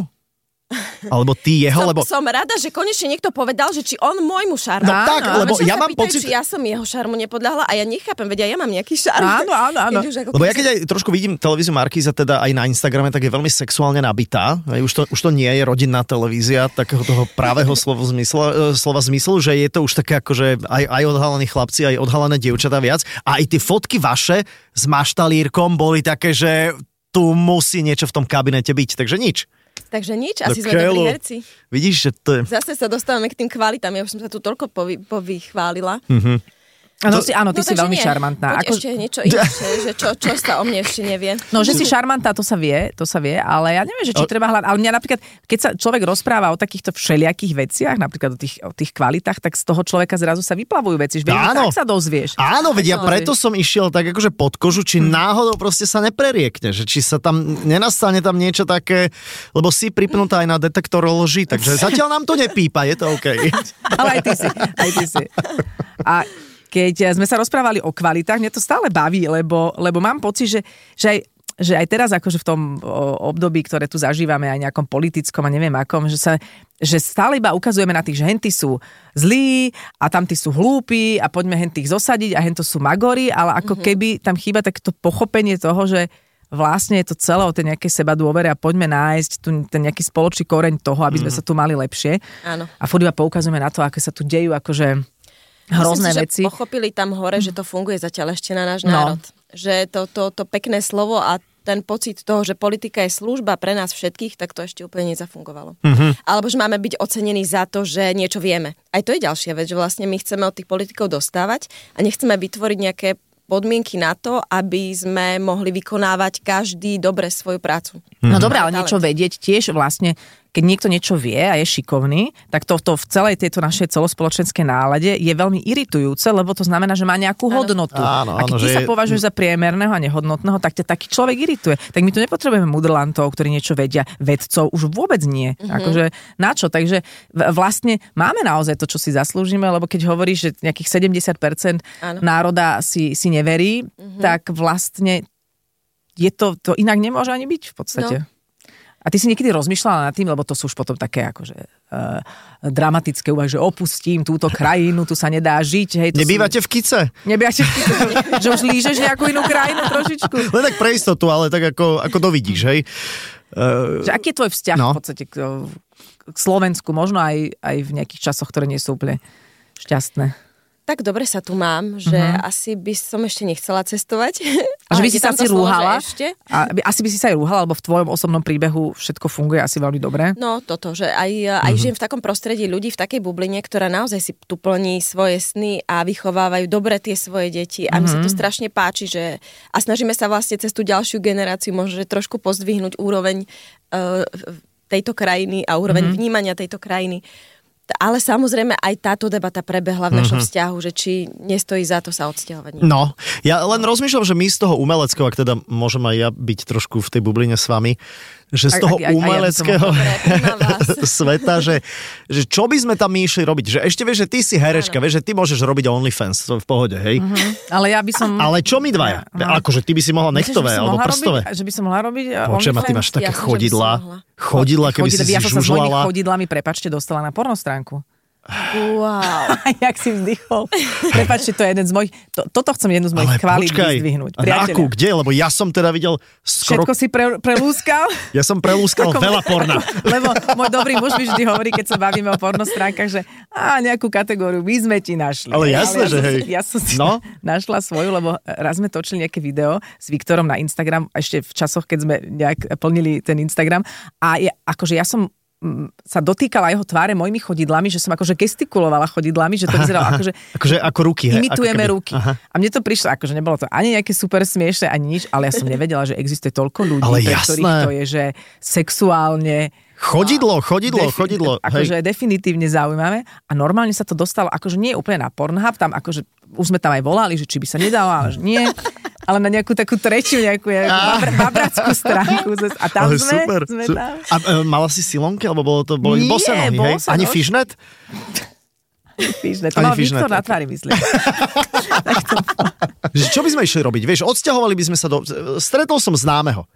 Speaker 2: Alebo ty jeho,
Speaker 5: Som,
Speaker 2: lebo...
Speaker 5: som rada, že konečne niekto povedal, že či on môjmu šarmu.
Speaker 2: No
Speaker 3: Áno,
Speaker 2: tak,
Speaker 5: Ale
Speaker 2: lebo
Speaker 5: väčšinou
Speaker 2: ja
Speaker 5: sa
Speaker 2: mám
Speaker 5: pýtajú,
Speaker 2: pocit...
Speaker 5: či ja som jeho šarmu nepodľahla a ja nechápem, vedia, ja mám nejaký šarm.
Speaker 3: Áno, áno, áno.
Speaker 5: Keď už ako
Speaker 2: Lebo ja keď aj trošku vidím televíziu Markíza, teda aj na Instagrame, tak je veľmi sexuálne nabitá. Aj Už to, už to nie je rodinná televízia takého toho pravého slova zmysla, e, slova zmyslu, že je to už také ako, že aj, aj odhalení chlapci, aj odhalené dievčatá viac. A aj tie fotky vaše s maštalírkom boli také, že tu musí niečo v tom kabinete byť, takže nič.
Speaker 5: Takže nič, asi
Speaker 2: Do
Speaker 5: sme dobrí
Speaker 2: keľu.
Speaker 5: herci.
Speaker 2: Vidíš, že to je...
Speaker 5: Zase sa dostávame k tým kvalitám, ja už som sa tu toľko povy, povychválila.
Speaker 3: Áno, si, áno, Hm. ty
Speaker 5: No,
Speaker 3: si
Speaker 5: takže
Speaker 3: veľmi
Speaker 5: nie.
Speaker 3: šarmantná.
Speaker 5: Poď ešte niečo inšie, že čo, čo sa o mne ešte nevie.
Speaker 3: No, že si šarmantá, to sa vie, to sa vie, ale ja neviem, že čo
Speaker 2: Ale-
Speaker 3: treba hľadať. Ale mňa napríklad, keď sa človek rozpráva o takýchto všelijakých veciach, napríklad o tých, o tých kvalitách, tak z toho človeka zrazu sa vyplavujú veci. Že vieš,
Speaker 2: Áno.
Speaker 3: tak sa dozvieš. Hm.
Speaker 2: Áno, vedia,
Speaker 3: Áno,
Speaker 2: preto som išiel tak akože pod kožu, či náhodou proste sa nepreriekne, že či sa tam nenastane tam niečo také, lebo si pripnutá aj na detektor lži, takže zatiaľ nám to nepípa, je to OK.
Speaker 3: Ale aj ty si, aj ty si. A keď sme sa rozprávali o kvalitách, mňa to stále baví, lebo, lebo mám pocit, že, že aj že aj teraz akože v tom o, období, ktoré tu zažívame, aj nejakom politickom a neviem akom, že sa že stále iba ukazujeme na tých, že henty sú zlí a tamtí sú hlúpi a poďme hentých zosadiť a hento sú magory, ale ako mm-hmm. keby tam chýba takéto pochopenie toho, že vlastne je to celé o tej nejakej seba dôvere a poďme nájsť tu ten nejaký spoločný koreň toho, aby sme sa tu mali lepšie.
Speaker 5: Áno.
Speaker 3: A furt iba poukazujeme na to, aké sa tu dejú akože hrozné
Speaker 5: Myslím si,
Speaker 3: veci.
Speaker 5: Že pochopili tam hore, že to funguje zatiaľ ešte na náš
Speaker 3: No.
Speaker 5: národ. Že to, to, to pekné slovo a ten pocit toho, že politika je služba pre nás všetkých, tak to ešte úplne nezafungovalo.
Speaker 3: Mhm.
Speaker 5: Alebo že máme byť ocenení za to, že niečo vieme. Aj to je ďalšia vec, že vlastne my chceme od tých politikov dostávať a nechceme vytvoriť nejaké podmienky na to, aby sme mohli vykonávať každý dobre svoju prácu.
Speaker 2: Mhm.
Speaker 3: No dobre, ale
Speaker 5: Talent.
Speaker 3: niečo vedieť tiež vlastne, keď niekto niečo vie a je šikovný, tak to, to v celej tejto našej celospoločenskej nálade je veľmi iritujúce, lebo to znamená, že má nejakú hodnotu.
Speaker 2: Áno,
Speaker 3: a keď
Speaker 2: áno, že
Speaker 3: ty sa
Speaker 2: je-
Speaker 3: považuješ za priemerného a nehodnotného, tak ťa taký človek irituje. Tak my tu nepotrebujeme mudrlantov, ktorí niečo vedia, vedcov už vôbec nie. Mm-hmm. Akože na čo? Takže v- vlastne máme naozaj to, čo si zaslúžime, lebo keď hovoríš, že nejakých 70%
Speaker 5: Áno.
Speaker 3: národa si, si neverí, mm-hmm. tak vlastne je to, to inak nemôže ani byť v podstate. No. A ty si niekedy rozmýšľala nad tým, lebo to sú už potom také akože uh, dramatické úvahy, že opustím túto krajinu, tu sa nedá žiť. Hej, to
Speaker 2: Nebývate v kice?
Speaker 3: Sú, nebývate v že už lížeš nejakú inú krajinu trošičku.
Speaker 2: Len tak pre istotu, ale tak ako, ako dovidíš, hej?
Speaker 3: Že aký je tvoj vzťah no.
Speaker 2: No.
Speaker 3: v podstate k, k Slovensku, možno aj, aj v nejakých časoch, ktoré nie sú úplne šťastné.
Speaker 5: Tak dobre sa tu mám, že uh-huh. asi by som ešte nechcela cestovať.
Speaker 3: Mhm. A že
Speaker 5: Ale
Speaker 3: by si
Speaker 5: je
Speaker 3: sa
Speaker 5: tam to
Speaker 3: asi
Speaker 5: slovo, že
Speaker 3: rúhala.
Speaker 5: Ešte.
Speaker 3: A, by- asi by si sa aj rúhala, lebo v tvojom osobnom príbehu všetko funguje asi veľmi dobre.
Speaker 5: No toto, že aj, aj žijem v takom prostredí ľudí, v takej bubline, ktorá naozaj si tu plní svoje sny a vychovávajú dobre tie svoje deti a mi sa to strašne páči, že a snažíme sa vlastne cez tú ďalšiu generáciu možno že trošku pozdvihnúť úroveň eh, tejto krajiny a úroveň vnímania tejto krajiny. T- Ale samozrejme aj táto debata prebehla v našom vzťahu, že či nestojí za to sa odsťahovať.
Speaker 2: No, ja len rozmýšľam, že my z toho umeleckého, ak teda môžem aj ja byť trošku v tej bubline s vami, že
Speaker 3: Aj-
Speaker 2: z toho
Speaker 3: aj- aj- aj ja by som
Speaker 2: umeleckého
Speaker 5: Dobre, poznám vás.
Speaker 2: sveta, že, že čo by sme tam my išli robiť? Že ešte vieš, že ty si herečka, vieš, že ty môžeš robiť OnlyFans, to je v pohode, hej?
Speaker 5: Mm.
Speaker 3: Ale ja by som...
Speaker 2: Ale čo my dvaja?
Speaker 3: No.
Speaker 2: Akože ty by si mohla
Speaker 3: Myslíš, že by
Speaker 2: nechtové
Speaker 3: som
Speaker 2: alebo
Speaker 3: mohla
Speaker 2: prstové.
Speaker 3: Robiť, že by som mohla robiť eh,
Speaker 2: Počujem, a ty
Speaker 3: OnlyFans?
Speaker 2: máš také
Speaker 5: Jasne, že by som
Speaker 2: chodidlá.
Speaker 5: mohla.
Speaker 2: Chodidlá, keby si
Speaker 3: Chodidla-
Speaker 2: si
Speaker 3: ja som sa s mojimi
Speaker 2: žužlala.
Speaker 3: chodidlami, prepačte, dostala na pornostránku.
Speaker 5: Wow.
Speaker 3: A jak si vzdychol. Prepačte, to je jeden z mojich, to, toto chcem jednu z
Speaker 2: Ale
Speaker 3: mojich chválit
Speaker 2: počkaj,
Speaker 3: vyzdvihnúť.
Speaker 2: a na akú, kde? Lebo ja som teda videl skoro...
Speaker 3: Všetko si pre, prelúskal?
Speaker 2: Ja som prelúskal
Speaker 3: Ako-
Speaker 2: veľa porna.
Speaker 3: Lebo môj dobrý muž mi vždy hovorí, keď sa bavíme o pornostránkach, že a nejakú kategóriu my sme ti našli.
Speaker 2: Ale jasné,
Speaker 3: ja
Speaker 2: že
Speaker 3: som
Speaker 2: hej.
Speaker 3: si- Ja som si
Speaker 2: No.
Speaker 3: no? našla svoju, lebo raz sme točili nejaké video s Viktorom na Instagram, ešte v časoch, keď sme nejak plnili ten Instagram. A je, akože ja som mm, sa dotýkala jeho tváre mojimi chodidlami, že som akože gestikulovala chodidlami, že to vyzeralo
Speaker 2: Aha,
Speaker 3: akože
Speaker 2: akože ako ruky, hej, ako
Speaker 3: imitujeme
Speaker 2: keby.
Speaker 3: ruky.
Speaker 2: Aha.
Speaker 3: A mne to prišlo, akože nebolo to ani nejaké super smiešne, ani nič, ale ja som nevedela, že existuje toľko ľudí,
Speaker 2: Ale
Speaker 3: pre ktorých
Speaker 2: jasné.
Speaker 3: to je, že sexuálne
Speaker 2: Chodidlo, chodidlo,
Speaker 3: Defi-
Speaker 2: chodidlo.
Speaker 3: Akože
Speaker 2: Hej.
Speaker 3: definitívne zaujímavé a normálne sa to dostalo, akože nie úplne na Pornhub, tam akože už sme tam aj volali, že či by sa nedalo, ale že nie. Ale na nejakú takú trečiu, nejakú, nejakú babr, babrackú stránku. zas- A tam
Speaker 2: Ale
Speaker 3: sme,
Speaker 2: super.
Speaker 3: sme
Speaker 2: su-
Speaker 3: tam.
Speaker 2: A e, mala si silonky, alebo bolo to boli
Speaker 3: Nie,
Speaker 2: bose nohy, hej?
Speaker 3: bose
Speaker 2: Ani
Speaker 3: nož.
Speaker 2: fishnet?
Speaker 3: Fížne, to
Speaker 2: Ani
Speaker 3: mal
Speaker 2: fížne,
Speaker 3: Viktor na
Speaker 2: tak.
Speaker 3: tvári, myslím.
Speaker 2: Že čo by sme išli robiť? Vieš, odsťahovali by sme sa do... Stretol som známeho,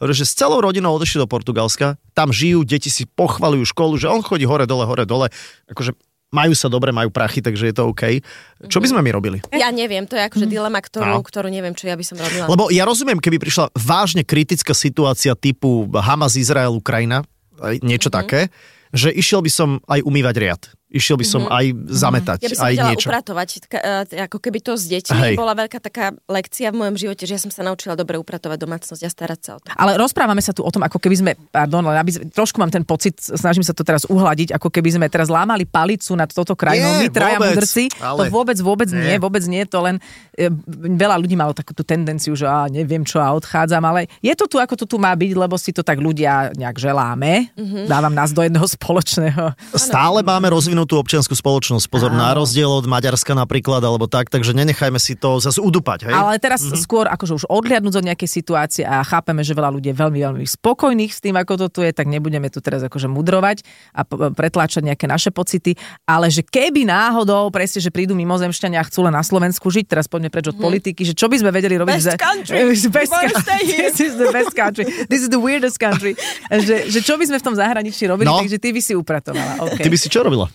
Speaker 2: ktorý, že s celou rodinou odešli do Portugalska, tam žijú, deti si pochvalujú školu, že on chodí hore, dole, hore, dole. Akože majú sa dobre, majú prachy, takže je to OK. Čo by sme my robili?
Speaker 5: Ja neviem, to je akože dilema,
Speaker 2: No.
Speaker 5: ktorú, ktorú neviem, čo ja by som robila.
Speaker 2: Lebo ja rozumiem, keby prišla vážne kritická situácia typu Hamas, Izrael, Ukrajina, aj
Speaker 3: Mhm.
Speaker 2: niečo mm-hmm. také, že išiel by som aj umývať riad. Išiel by
Speaker 3: Mhm.
Speaker 2: som mm-hmm. aj zametať,
Speaker 5: Ja by som
Speaker 2: aj
Speaker 5: vedela
Speaker 2: niečo.
Speaker 5: upratovať, tka- e, ako keby to s deťmi
Speaker 2: Hej.
Speaker 5: bola veľká taká lekcia v mojom živote, že ja som sa naučila dobre upratovať domácnosť a starať sa o to.
Speaker 3: Ale rozprávame sa tu o tom, ako keby sme, pardon, len aby, sme- trošku mám ten pocit, snažím sa to teraz uhladiť, ako keby sme teraz lámali palicu nad toto krajinou,
Speaker 2: Nie,
Speaker 3: my traja
Speaker 2: vôbec,
Speaker 3: mudrci, to
Speaker 2: ale-
Speaker 3: vôbec, vôbec nie.
Speaker 2: Nie.
Speaker 3: vôbec nie, to len e, veľa ľudí malo takú tú tendenciu, že a neviem čo a odchádzam, ale je to tu, ako to tu má byť, lebo si to tak ľudia nejak želáme, dávam nás do jedného spoločného.
Speaker 2: Stále máme rozvinutú občianskú spoločnosť, pozor, na rozdiel od Maďarska napríklad, alebo tak, takže nenechajme si to zase udupať, hej? Mhm.
Speaker 3: Ale teraz mm-hmm. skôr akože už odhliadnúť od nejakej situácie a chápeme, že veľa ľudí je veľmi, veľmi spokojných s tým, ako to tu je, tak nebudeme tu teraz akože mudrovať a p- pretláčať nejaké naše pocity, ale že keby náhodou, presne, že prídu mimozemšťania a chcú len na Slovensku žiť, teraz poďme preč od mm-hmm. politiky, že čo by sme vedeli robiť?
Speaker 5: Mhm. Best
Speaker 3: za-
Speaker 5: country.
Speaker 3: best
Speaker 5: We wanna
Speaker 3: country.
Speaker 5: stay here.
Speaker 3: This is the best country. This is the weirdest country. že, že čo by sme v tom zahraničí robili,
Speaker 2: No.
Speaker 3: takže ty by si upratovala. Okay.
Speaker 2: Ty by si čo robila?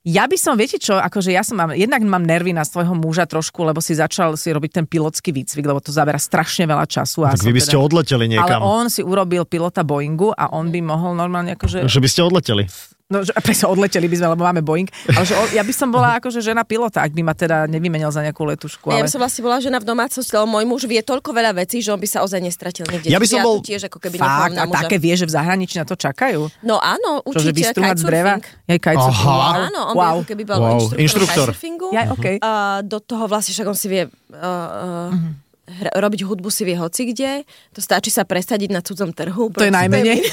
Speaker 3: Ja by som, viete čo, akože ja som mám, jednak mám nervy na svojho muža trošku, lebo si začal si robiť ten pilotský výcvik, lebo to zabera strašne veľa času. A
Speaker 2: Tak vy
Speaker 3: som
Speaker 2: by ste
Speaker 3: teda,
Speaker 2: odleteli
Speaker 3: Ale
Speaker 2: niekam.
Speaker 3: on si urobil pilota Boeingu a on by mohol normálne akože,
Speaker 2: Že by ste odleteli.
Speaker 3: no že, presne odleteli by sme, lebo máme Boeing, ale že on, ja by som bola akože žena pilota, ak by ma teda nevymenil za nejakú letušku. Ale...
Speaker 5: Ja by som vlastne bola žena v domácnosti, lebo môj muž vie toľko veľa vecí, že on by sa ozaj nestratil nikde.
Speaker 2: Ja by
Speaker 5: Čiže
Speaker 2: som
Speaker 5: ja to
Speaker 2: bol-
Speaker 5: tiež ako keby
Speaker 3: Fakt,
Speaker 5: nechám na
Speaker 3: a
Speaker 5: muža.
Speaker 3: také vie, že v zahraničí na to čakajú.
Speaker 5: No áno,
Speaker 3: Čo, že
Speaker 5: určite
Speaker 3: vystrúhať z
Speaker 5: kitesurfing. No
Speaker 3: dreva? Aj kitesurfing.
Speaker 2: Aha.
Speaker 3: Wow.
Speaker 5: Áno, on
Speaker 3: wow.
Speaker 5: by ako keby bol
Speaker 2: Wow,
Speaker 5: wow.
Speaker 2: inštruktor.
Speaker 5: inštruktor. kitesurfingu.
Speaker 3: Ja, okay.
Speaker 5: A do toho vlastne však on si vie... Uh, uh, hra, robiť hudbu si vie hoci kde, to stačí sa presadiť na cudzom trhu.
Speaker 3: To je
Speaker 5: proste.
Speaker 3: najmenej.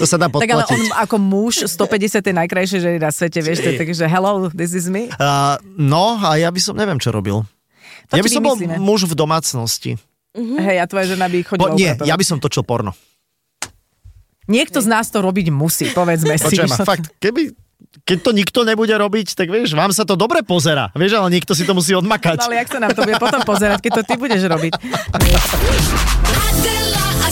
Speaker 2: To sa dá
Speaker 3: Tak ale on
Speaker 2: podplatiť.
Speaker 3: ako muž 150. je najkrajšie ženy na svete, vieš, to je tak, že hello, this is me.
Speaker 2: Uh, no a ja by som, neviem čo robil.
Speaker 3: To
Speaker 2: ja by
Speaker 3: ti
Speaker 2: som bol
Speaker 3: vymyslíme.
Speaker 2: muž v domácnosti.
Speaker 3: Hej, a tvoja žena by chodila
Speaker 2: Po, nie,
Speaker 3: upratovať.
Speaker 2: ja by som točil porno.
Speaker 3: Niekto z nás to robiť musí, povedzme si.
Speaker 2: Počujem, fakt, keby, keď to nikto nebude robiť, tak vieš, vám sa to dobre pozera. Vieš, ale niekto si to musí odmakať.
Speaker 3: No, ale jak sa nám to bude potom pozerať, keď to ty budeš robiť.
Speaker 4: Adela, a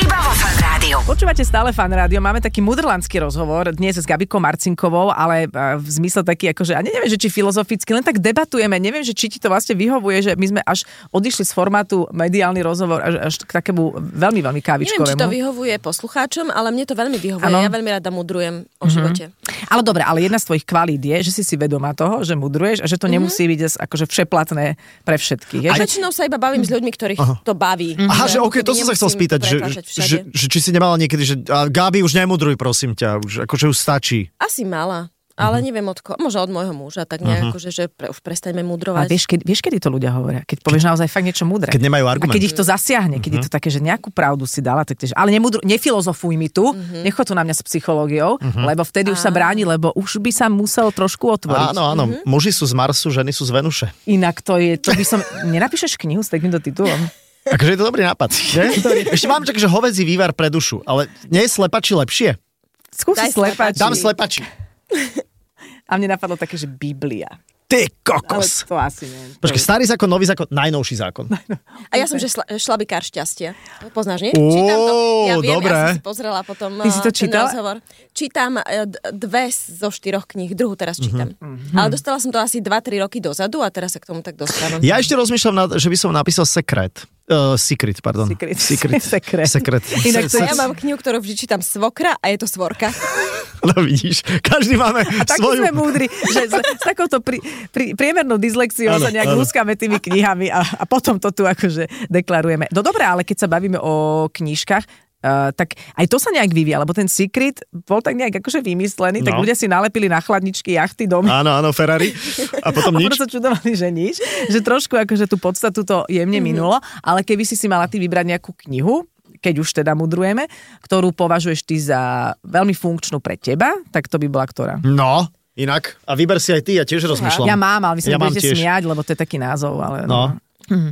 Speaker 1: Iba vo Fan Rádiu.
Speaker 3: Počúvate stále fan rádio, máme taký mudrlandský rozhovor dnes s Gabikou Marcinkovou, ale e, v zmysle taký akože, a neviem, že či filozoficky, len tak debatujeme, neviem, že či ti to vlastne vyhovuje, že my sme až odišli z formátu mediálny rozhovor až, až k takému veľmi, veľmi
Speaker 5: Neviem, či
Speaker 3: kávičkovému.
Speaker 5: to vyhovuje poslucháčom, ale mne to veľmi vyhovuje.
Speaker 3: Áno.
Speaker 5: Ja veľmi rada mudrujem o
Speaker 2: Mhm.
Speaker 5: živote.
Speaker 3: Ale dobre, ale jedna z tvojich kvalít je, že si si vedomá toho, že mudruješ a že to
Speaker 2: Mhm.
Speaker 3: nemusí byť zas akože všeplatné pre všetkých. Je,
Speaker 5: A
Speaker 3: že...
Speaker 5: väčšinou sa iba bavím s ľuďmi, ktorých to baví.
Speaker 2: Mhm. Aha, že OK, to som
Speaker 5: Keby
Speaker 2: sa chcel
Speaker 5: nemusím
Speaker 2: spýtať, že,
Speaker 5: pretláčať všade.
Speaker 2: že, že či si nemala niekedy, že a Gábi, už nemudruj, prosím ťa, už, akože už stačí.
Speaker 5: Asi mala,
Speaker 2: Mhm.
Speaker 5: ale neviem od koho. Možno od môjho muža, tak nejako, že, že pre, už
Speaker 3: A
Speaker 5: prestaňme mudrovať.
Speaker 3: vieš, keď, vieš, kedy to ľudia hovoria? Keď povieš naozaj fakt niečo múdre.
Speaker 2: Keď nemajú Mhm.
Speaker 3: a
Speaker 2: argument.
Speaker 3: keď ich to zasiahne, keď je to také, že nejakú pravdu si dala, tak tiež, ale nemudru, nefilozofuj mi tu,
Speaker 2: Mhm.
Speaker 3: mm-hmm. nechod tu na mňa s psychológiou, mm-hmm. lebo vtedy už sa bráni, lebo už by sa musel trošku otvoriť.
Speaker 2: Áno, áno, muži sú z Marsu, ženy sú z Venuše.
Speaker 3: Inak to je, to by som, nenapíšeš knihu s takýmto titulom?
Speaker 2: Akože je to dobrý nápad. Nie? Ešte mám tak, že hovedzí vývar pre dušu, ale nie je slepači lepšie?
Speaker 3: Skúsi
Speaker 5: Daj
Speaker 3: slepači.
Speaker 5: slepači.
Speaker 2: Dám slepači.
Speaker 3: A mne napadlo také, že Biblia.
Speaker 2: Ty
Speaker 3: Ale
Speaker 2: kokos.
Speaker 3: to asi neviem. To
Speaker 2: Počkaj,
Speaker 3: je-
Speaker 2: starý zákon, nový zákon, najnovší zákon.
Speaker 5: A ja som, že šla, šlabikár šťastia. Poznáš, nie?
Speaker 2: Ó,
Speaker 5: Čítam to. Ja viem,
Speaker 2: dobre.
Speaker 5: ja som si pozrela potom
Speaker 3: Ty si to
Speaker 5: eh, ten
Speaker 3: čítala?
Speaker 5: rozhovor. Čítam eh, d- dve zo štyroch kníh, druhú
Speaker 2: Mhm.
Speaker 5: teraz čítam. Mm-hmm. Ale dostala som to asi 2-3 roky dozadu a teraz sa k tomu tak dostávam.
Speaker 2: Ja ešte rozmýšľam, nad, že by som napísal sekret. Uh, secret, pardon.
Speaker 3: Secret.
Speaker 2: Secret.
Speaker 3: Secret.
Speaker 2: Secret.
Speaker 3: Inak to
Speaker 5: A
Speaker 2: Se- se-
Speaker 5: ja mám knihu, ktorú vždy čítam svokra a je to svorka.
Speaker 2: No vidíš, každý máme
Speaker 3: Takí
Speaker 2: svoju...
Speaker 3: sme múdri, že s, s takouto pri, pri, priemernou dyslexiou
Speaker 2: Áno,
Speaker 3: sa nejak
Speaker 2: áno.
Speaker 3: lúskame tými knihami a, a potom to tu akože deklarujeme. No dobré, ale keď sa bavíme o knižkách, Uh, tak aj to sa nejak vyvíja, lebo ten secret bol tak nejak akože vymyslený, tak
Speaker 2: No.
Speaker 3: ľudia si nalepili na chladničky, jachty, domy.
Speaker 2: Áno, áno, Ferrari. A potom
Speaker 3: A
Speaker 2: nič.
Speaker 3: potom sa čudovali, že nič. Že trošku akože tú podstatu to jemne minulo, ale keby si si mala ty vybrať nejakú knihu, keď už teda mudrujeme, ktorú považuješ ty za veľmi funkčnú pre teba, tak to by bola ktorá?
Speaker 2: No, inak. A vyber si aj ty, ja tiež rozmýšľam.
Speaker 3: Ja mám, ale vy sa
Speaker 2: Ja
Speaker 3: ja
Speaker 2: mám
Speaker 3: budete
Speaker 2: tiež.
Speaker 3: smiať, lebo to je taký názov, ale
Speaker 2: No.
Speaker 3: no.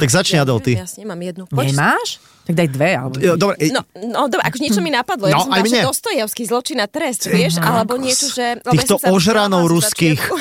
Speaker 2: Tak začni, Adel, ty.
Speaker 5: Ja s nemám jednu.
Speaker 3: Nemáš? Tak daj dve, alebo...
Speaker 2: Jo, Dobre, e,
Speaker 5: No, no dobre, akože niečo mi napadlo. Ja
Speaker 2: No,
Speaker 5: by som
Speaker 2: aj
Speaker 5: dala,
Speaker 2: mne.
Speaker 5: že Dostojevský zločin a trest, vieš, alebo niečo, že... lebo ja
Speaker 2: Týchto
Speaker 5: som sa
Speaker 2: ožranov
Speaker 5: vzdelávala zo
Speaker 2: ruských.
Speaker 5: začiatku.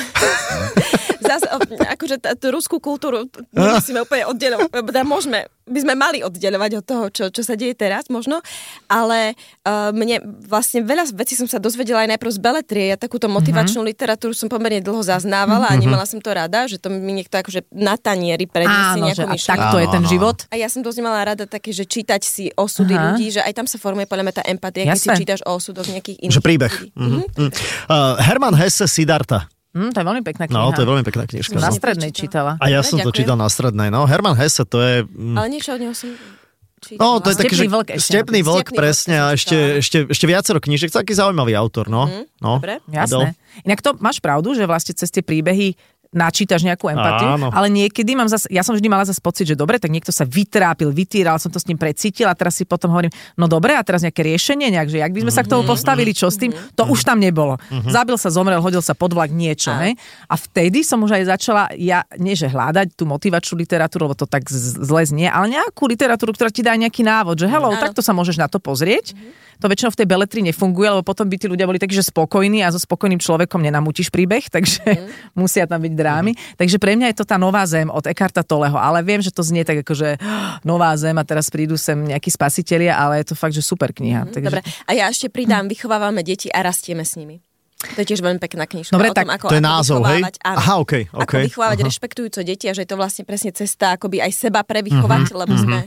Speaker 5: Zas, o, akože tá, tú ruskú kultúru t- nemusíme úplne oddelovať, teda môžeme, by sme mali oddelovať od toho, čo, čo sa deje teraz možno, ale uh, mne vlastne veľa vecí som sa dozvedela aj najprv z beletrie, ja takúto
Speaker 2: Mhm.
Speaker 5: motivačnú literatúru som pomerne dlho zaznávala a nemala som to rada, že to mi niekto akože na tanieri predniesie
Speaker 3: Áno, no. že
Speaker 5: nejakú
Speaker 3: a
Speaker 5: myšlienku.
Speaker 3: takto je ten
Speaker 2: Áno, áno.
Speaker 3: život.
Speaker 5: A ja som dosť mala rada také, že čítať si osudy
Speaker 3: Aha.
Speaker 5: ľudí, že aj tam sa formuje podľa mňa tá empatia, keď si
Speaker 3: Jasné.
Speaker 5: čítaš o osudoch nejakých iných.
Speaker 2: že príbeh.
Speaker 5: ľudí.
Speaker 2: Mhm. Mm. Uh, Herman Hesse, Siddhartha.
Speaker 3: Hm, to je veľmi pekná kniha.
Speaker 2: No, to je veľmi pekná knižka.
Speaker 3: Na
Speaker 2: No.
Speaker 3: strednej čítala.
Speaker 2: A ja som to
Speaker 5: Ďakujem.
Speaker 2: čítal na strednej. No, Herman Hesse, to je... mm,
Speaker 5: Ale niečo od neho som
Speaker 2: No, to je
Speaker 3: Stepný
Speaker 2: taký, že...
Speaker 3: vlk
Speaker 2: Stepný
Speaker 3: ešte
Speaker 5: napríklad.
Speaker 2: vlk,
Speaker 5: Stepný vlk,
Speaker 2: presne. A
Speaker 5: to som čítala.
Speaker 2: ešte, ešte, ešte viacero knížek. Taký zaujímavý autor, no. no.
Speaker 5: dobre.
Speaker 2: Adel?
Speaker 3: Jasné. Inak to máš pravdu, že vlastne cez tie príbehy načítaš nejakú empatiu,
Speaker 2: Áno.
Speaker 3: ale niekedy mám zase, ja som vždy mala zase pocit, že dobre, tak niekto sa vytrápil, vytíral, som to s ním precítila, teraz si potom hovorím, no dobre, a teraz nejaké riešenie, nejak, že jak by sme sa k tomu postavili, čo s tým, to už tam nebolo. Zabil sa, zomrel, hodil sa pod vlak, niečo. Ne? A vtedy som už aj začala, ja nie že hľadať tú motivačnú literatúru, lebo to tak z- zle znie, ale nejakú literatúru, ktorá ti dá nejaký návod, že hello,
Speaker 5: Áno.
Speaker 3: tak to sa môžeš na to pozrieť. To väčšinou v tej beletri nefunguje, lebo potom by tí ľudia boli takí, že spokojní a so spokojným človekom nenamútiš príbeh, takže musia tam byť drámy. Takže pre mňa je to tá Nová zem od Ekarta Toleho, ale viem, že to znie tak ako, že Nová zem a teraz prídu sem nejakí spasitelia, ale je to fakt, že super kniha. Takže...
Speaker 5: Dobre. A ja ešte pridám, vychovávame deti a rastieme s nimi. To je tiež veľmi pekná knižka.
Speaker 3: Dobre,
Speaker 5: o tom,
Speaker 3: tak
Speaker 2: to
Speaker 5: ako,
Speaker 2: je
Speaker 5: ako
Speaker 2: názov, hej?
Speaker 5: vychovávať, áno.
Speaker 2: Aha, okej, okej.
Speaker 5: Ako vychovávať
Speaker 2: Aha.
Speaker 5: rešpektujúco deti a že je to vlastne presne cesta akoby aj seba
Speaker 2: Mhm,
Speaker 5: prevychovať, lebo sme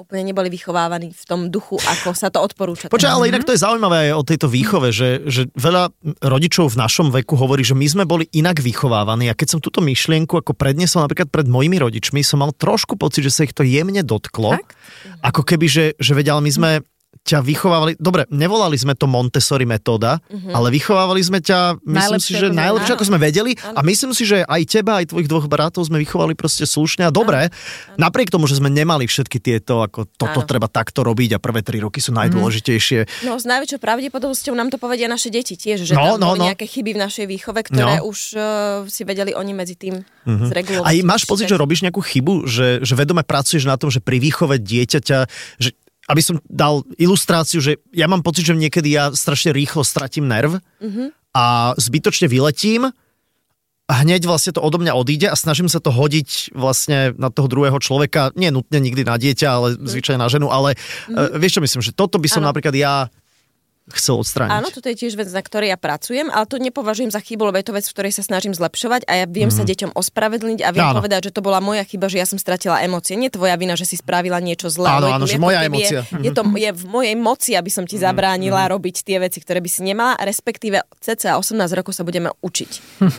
Speaker 5: úplne neboli vychovávaní v tom duchu, ako sa to odporúča. Teda
Speaker 2: Počkaj, ale inak to je zaujímavé aj o tejto výchove, že, že veľa rodičov v našom veku hovorí, že my sme boli inak vychovávaní a keď som túto myšlienku ako prednesol napríklad pred mojimi rodičmi, som mal trošku pocit, že sa ich to jemne dotklo.
Speaker 3: Tak?
Speaker 2: Ako keby, že, že vedel, my sme ťa vychovávali, dobre, nevolali sme to Montessori metóda, mm-hmm. ale vychovávali sme ťa, myslím
Speaker 3: Najlepšie,
Speaker 2: si, že
Speaker 3: ako sme-
Speaker 2: najlepšie,
Speaker 5: áno.
Speaker 2: ako sme vedeli a myslím si, že aj teba, aj tvojich dvoch bratov sme vychovali proste slušne a dobre, napriek tomu, že sme nemali všetky tieto, ako toto
Speaker 5: Áno.
Speaker 2: treba takto robiť a prvé tri roky sú najdôležitejšie,
Speaker 5: No s najväčšou pravdepodobnosťou nám to povedia naše deti tiež, že
Speaker 2: No, no,
Speaker 5: no, tam boli
Speaker 2: no.
Speaker 5: no. nejaké chyby v našej výchove,
Speaker 2: No. Mhm.
Speaker 5: ktoré no. už uh, si vedeli oni medzi tým mm-hmm. zregulovať.
Speaker 2: A máš pocit, že robíš nejakú chybu, že, že vedome pracuješ na tom, že pri výchove dieťaťa, že aby som dal ilustráciu, že ja mám pocit, že niekedy ja strašne rýchlo stratím nerv
Speaker 5: Mhm.
Speaker 2: a zbytočne vyletím a hneď vlastne to odo mňa odíde a snažím sa to hodiť vlastne na toho druhého človeka, nie nutne nikdy na dieťa, ale zvyčajne na ženu, ale mm vieš čo myslím, že toto by som
Speaker 5: Mhm. Áno.
Speaker 2: napríklad ja chcel odstrániť.
Speaker 5: Áno, toto je tiež vec, na ktorej ja pracujem, ale to nepovažujem za chybu, lebo je to vec, v ktorej sa snažím zlepšovať a ja viem sa deťom ospravedlniť a viem
Speaker 2: Mhm. Áno.
Speaker 5: povedať, že to bola moja chyba, že ja som stratila emócie. Nie tvoja vina, že si spravila niečo zlé.
Speaker 2: Áno,
Speaker 5: ale je
Speaker 2: áno,
Speaker 5: to-
Speaker 2: že
Speaker 5: ako
Speaker 2: moja
Speaker 5: keby
Speaker 2: emócia.
Speaker 5: Je, je to je v mojej moci, aby som
Speaker 2: Mhm,
Speaker 5: ti zabránila robiť tie veci, ktoré by si nemala, respektíve cca 18 rokov sa budeme učiť,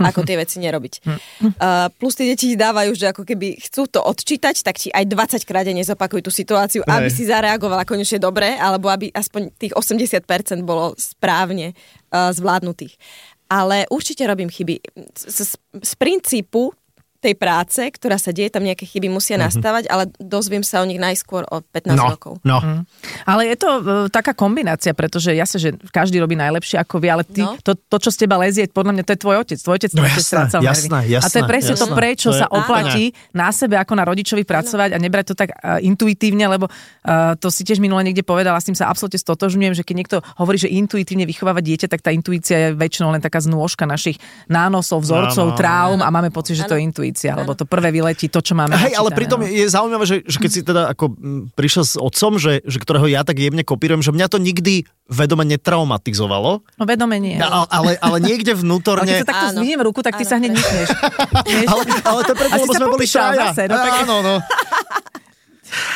Speaker 5: ako tie veci nerobiť.
Speaker 2: Mhm.
Speaker 5: Uh, plus tie deti ti dávajú, že ako keby chcú to odčítať, tak ti aj 20 krát nezopakujú tú situáciu, aby
Speaker 2: Hej.
Speaker 5: si zareagovala konečne dobre, alebo aby aspoň tých 80% bolo správne eh, uh, zvládnutých. Ale určite robím chyby. Z, z, z princípu tej práce, ktorá sa deje, tam nejaké chyby musia mm-hmm. nastávať, ale dozviem sa o nich najskôr o
Speaker 2: Mhm.
Speaker 5: 15
Speaker 2: No,
Speaker 5: rokov.
Speaker 2: no.
Speaker 3: Ale je to e, taká kombinácia, pretože ja sa, že každý robí najlepšie ako vy, ale ty, no.
Speaker 5: No.
Speaker 3: to, to, čo z teba lezie, podľa mňa to je tvoj otec. Tvoj otec
Speaker 2: No
Speaker 3: tiež
Speaker 2: jasné,
Speaker 3: strácal
Speaker 2: jasné,
Speaker 3: nervy. A to je
Speaker 2: jasné,
Speaker 3: presne to,
Speaker 2: jasné.
Speaker 3: prečo
Speaker 2: To je
Speaker 3: sa
Speaker 2: úplne-
Speaker 3: oplatí na sebe ako na rodičovi pracovať a nebrať to tak uh, intuitívne, lebo uh, to si tiež minule niekde povedala, s tým sa absolútne stotožňujem, že keď niekto hovorí, že intuitívne vychováva dieťa, tak tá intuícia je väčšinou len taká znôžka našich nánosov,
Speaker 2: Áno.
Speaker 3: vzorcov, traum a máme pocit, že to je intuícia, lebo to prvé vyletí to, čo máme.
Speaker 2: Hej, ale
Speaker 3: načítané,
Speaker 2: pritom
Speaker 3: no.
Speaker 2: je zaujímavé, že, že keď si teda ako mm, prišiel s otcom, že, že ktorého ja tak jemne kopírujem, že mňa to nikdy vedome netraumatizovalo,
Speaker 3: No vedomé nie.
Speaker 2: a- ale, ale niekde
Speaker 3: Ale keď
Speaker 2: vnútorne...
Speaker 3: sa takto
Speaker 5: Áno.
Speaker 3: zviniem ruku, tak ty
Speaker 5: Áno,
Speaker 3: sa hneď
Speaker 5: presne.
Speaker 3: nikneš. Vieš?
Speaker 2: Ale, ale to je preto,
Speaker 3: Asi
Speaker 2: lebo
Speaker 3: sa
Speaker 2: sme boli
Speaker 3: popýtal
Speaker 2: šaja.
Speaker 3: zase, no tak-
Speaker 2: Áno, no.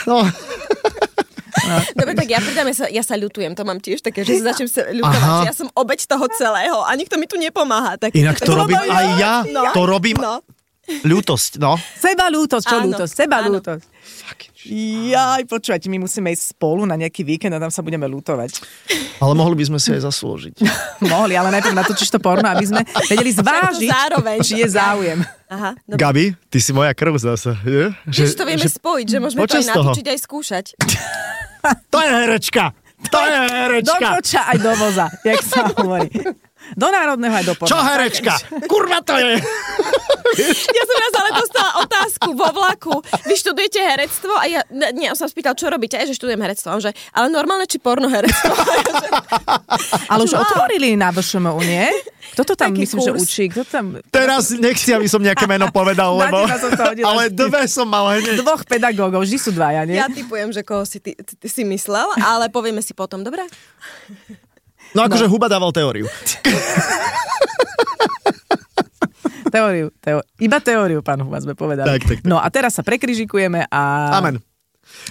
Speaker 2: No,
Speaker 5: Dobre, tak ja pridám, ja sa, ja sa ľutujem, to mám tiež také, že sa začnem sa ľutovať,
Speaker 2: Aha.
Speaker 5: že ja som obeď toho celého a nikto mi tu nepomáha. Tak,
Speaker 2: inak to
Speaker 5: tak
Speaker 2: robím
Speaker 5: bolo-
Speaker 2: aj ja. To robím
Speaker 5: No.
Speaker 2: ľútosť, no.
Speaker 3: Seba lútosť, čo
Speaker 5: Áno,
Speaker 3: lútosť, seba
Speaker 5: áno.
Speaker 3: lútosť. Jaj, počúvajte, my musíme ísť spolu na nejaký víkend a tam sa budeme lútovať.
Speaker 2: Ale mohli by sme si aj zaslúžiť.
Speaker 3: Mohli, ale najprv natočíš to porno, aby sme vedeli zvážiť,
Speaker 5: zároveň.
Speaker 3: či je záujem.
Speaker 5: Aha,
Speaker 3: No.
Speaker 5: dobre.
Speaker 2: Gabi, ty si moja krv zase. Je?
Speaker 5: Že, to vieme spojiť, že môžeme to
Speaker 2: počas
Speaker 5: aj
Speaker 2: toho.
Speaker 5: natočiť, aj skúšať.
Speaker 2: to je herečka! To je
Speaker 3: Do
Speaker 2: herečka!
Speaker 3: koča aj do voza, jak sa hovorí. Do národného aj do porna.
Speaker 2: Čo herečka? Kurva to je!
Speaker 5: Ja som raz ale dostala otázku vo vlaku. Vy študujete herectvo? A ja, ne, nie, on sa spýtal, čo robíte? Aj, že študujem herectvo. A On že, ale normálne či porno herectvo? A ja, že,
Speaker 3: Ale už otvorili na VŠMU, nie? Kto to tam,
Speaker 5: Taký
Speaker 3: myslím, že
Speaker 5: kurz.
Speaker 3: učí? Kto tam...
Speaker 2: Teraz nechci, aby som nejaké meno povedal,
Speaker 3: Na
Speaker 2: lebo...
Speaker 3: teba som to hodila.
Speaker 2: Ale dve som mal hneď.
Speaker 3: Dvoch pedagógov, vždy sú dvaja, nie?
Speaker 5: ja typujem, že koho si, ty, ty, ty si myslel, ale povieme si potom, dobre?
Speaker 2: No akože Huba dával teóriu.
Speaker 3: Teóriu, teo... iba teóriu, pán Huba, sme povedali.
Speaker 2: Tak, tak, tak.
Speaker 3: No a teraz sa prekrižikujeme a...
Speaker 2: Amen.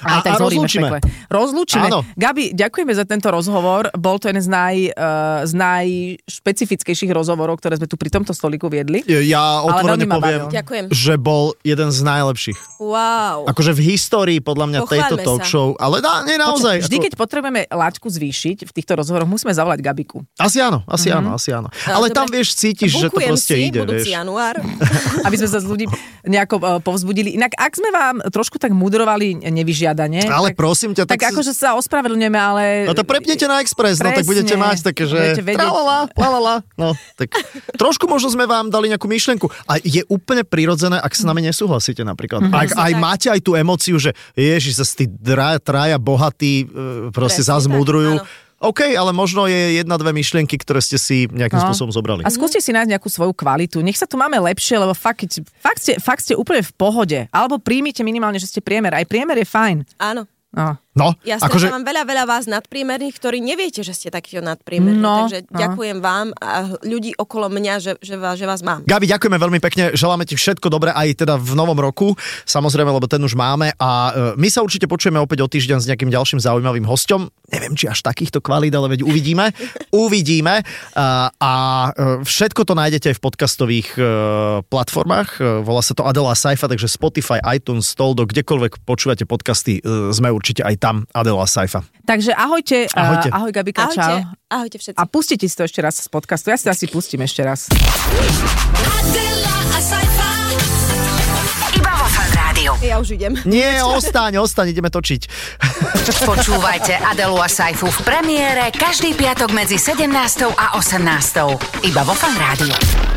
Speaker 3: A, a, tak zoríme v
Speaker 2: rozlúčime.
Speaker 3: pekle. Rozlúčime.
Speaker 2: Áno.
Speaker 3: Gabi, ďakujeme za tento rozhovor. Bol to jeden z, naj, uh, z najšpecifickejších rozhovorov, ktoré sme tu pri tomto stoliku viedli.
Speaker 2: Ja otvorene
Speaker 3: veľmi ma
Speaker 2: poviem,
Speaker 3: bavil.
Speaker 5: Ďakujem.
Speaker 2: že bol jeden z najlepších.
Speaker 5: Wow.
Speaker 2: Akože v histórii podľa mňa
Speaker 5: Pochváľme
Speaker 2: tejto
Speaker 5: sa.
Speaker 2: talk show, ale na, nie naozaj.
Speaker 3: Vždy,
Speaker 2: ako-
Speaker 3: keď potrebujeme laťku zvýšiť v týchto rozhovoroch, musíme zavolať Gabiku.
Speaker 2: Asi áno, asi áno,
Speaker 3: Mhm.
Speaker 2: asi áno. Ale tam
Speaker 5: dobre.
Speaker 2: vieš, cítiš, že to
Speaker 5: Bukujem
Speaker 2: proste
Speaker 5: si
Speaker 2: ide, vieš.
Speaker 5: budúci január.
Speaker 3: aby sme sa z ľudí nejako eh, povzbudili. Inak, ak sme vám trošku tak mudrovali nevyžiadane,
Speaker 2: Ale
Speaker 3: tak,
Speaker 2: prosím ťa,
Speaker 3: tak,
Speaker 2: tak, si-
Speaker 3: akože sa ospravedlňujeme, ale...
Speaker 2: No to prepnete na Express, no tak
Speaker 3: Presne.
Speaker 2: budete mať také, že
Speaker 3: Budete vedieť.
Speaker 2: tralala, lalala, no tak trošku možno sme vám dali nejakú myšlienku a je úplne prirodzené, ak s nami nesúhlasíte napríklad.
Speaker 3: Mhm.
Speaker 2: Ak aj
Speaker 5: tak.
Speaker 2: máte aj tú emóciu, že ježiš, sa tí dra- traja bohatí e, proste
Speaker 5: Presne
Speaker 2: zás
Speaker 5: tak,
Speaker 2: múdrujú.
Speaker 5: áno.
Speaker 2: OK, ale možno je jedna, dve myšlienky, ktoré ste si nejakým
Speaker 3: No.
Speaker 2: spôsobom zobrali.
Speaker 3: A skúste si nájsť nejakú svoju kvalitu. Nech sa tu máme lepšie, lebo fakt, keď- fakt, ste, fakt ste úplne v pohode. Alebo príjmite minimálne, že ste priemer. Aj priemer je fajn.
Speaker 5: Áno.
Speaker 3: No.
Speaker 2: No,
Speaker 5: Ja
Speaker 2: akože
Speaker 5: stretávam veľa, veľa vás nadpriemerných, ktorí neviete, že ste takýto nadpriemerní.
Speaker 3: No,
Speaker 5: takže
Speaker 3: no.
Speaker 5: ďakujem vám a ľudí okolo mňa, že, že, vás, že vás mám.
Speaker 2: Gabi, ďakujeme veľmi pekne, želáme ti všetko dobré aj teda v novom roku, samozrejme, lebo ten už máme a e, my sa určite počujeme opäť o týždeň s nejakým ďalším zaujímavým hostom. Neviem, či až takýchto kvalít, ale veď uvidíme. Uvidíme. A, a e, všetko to nájdete aj v podcastových e, platformách. E, Volá sa to Adela Saifa, takže Spotify, iTunes, Toldo, kdekoľvek počúvate podcasty, e, sme určite aj tam Adela Saifa.
Speaker 3: Takže ahojte.
Speaker 2: Ahojte.
Speaker 3: a- Ahoj Gabika, čau.
Speaker 5: Ahojte, ahojte všetci.
Speaker 3: A pustite si to ešte raz z podcastu. Ja si to asi pustím ešte raz.
Speaker 4: Adela, a sci-fi.
Speaker 1: Iba vo Fan Rádiu.
Speaker 5: Ja už idem.
Speaker 2: Nie, ostaň, ostaň, ideme točiť.
Speaker 1: Počúvajte Adelu a Saifu v premiére každý piatok medzi 17. a 18. Iba vo Fan Rádiu.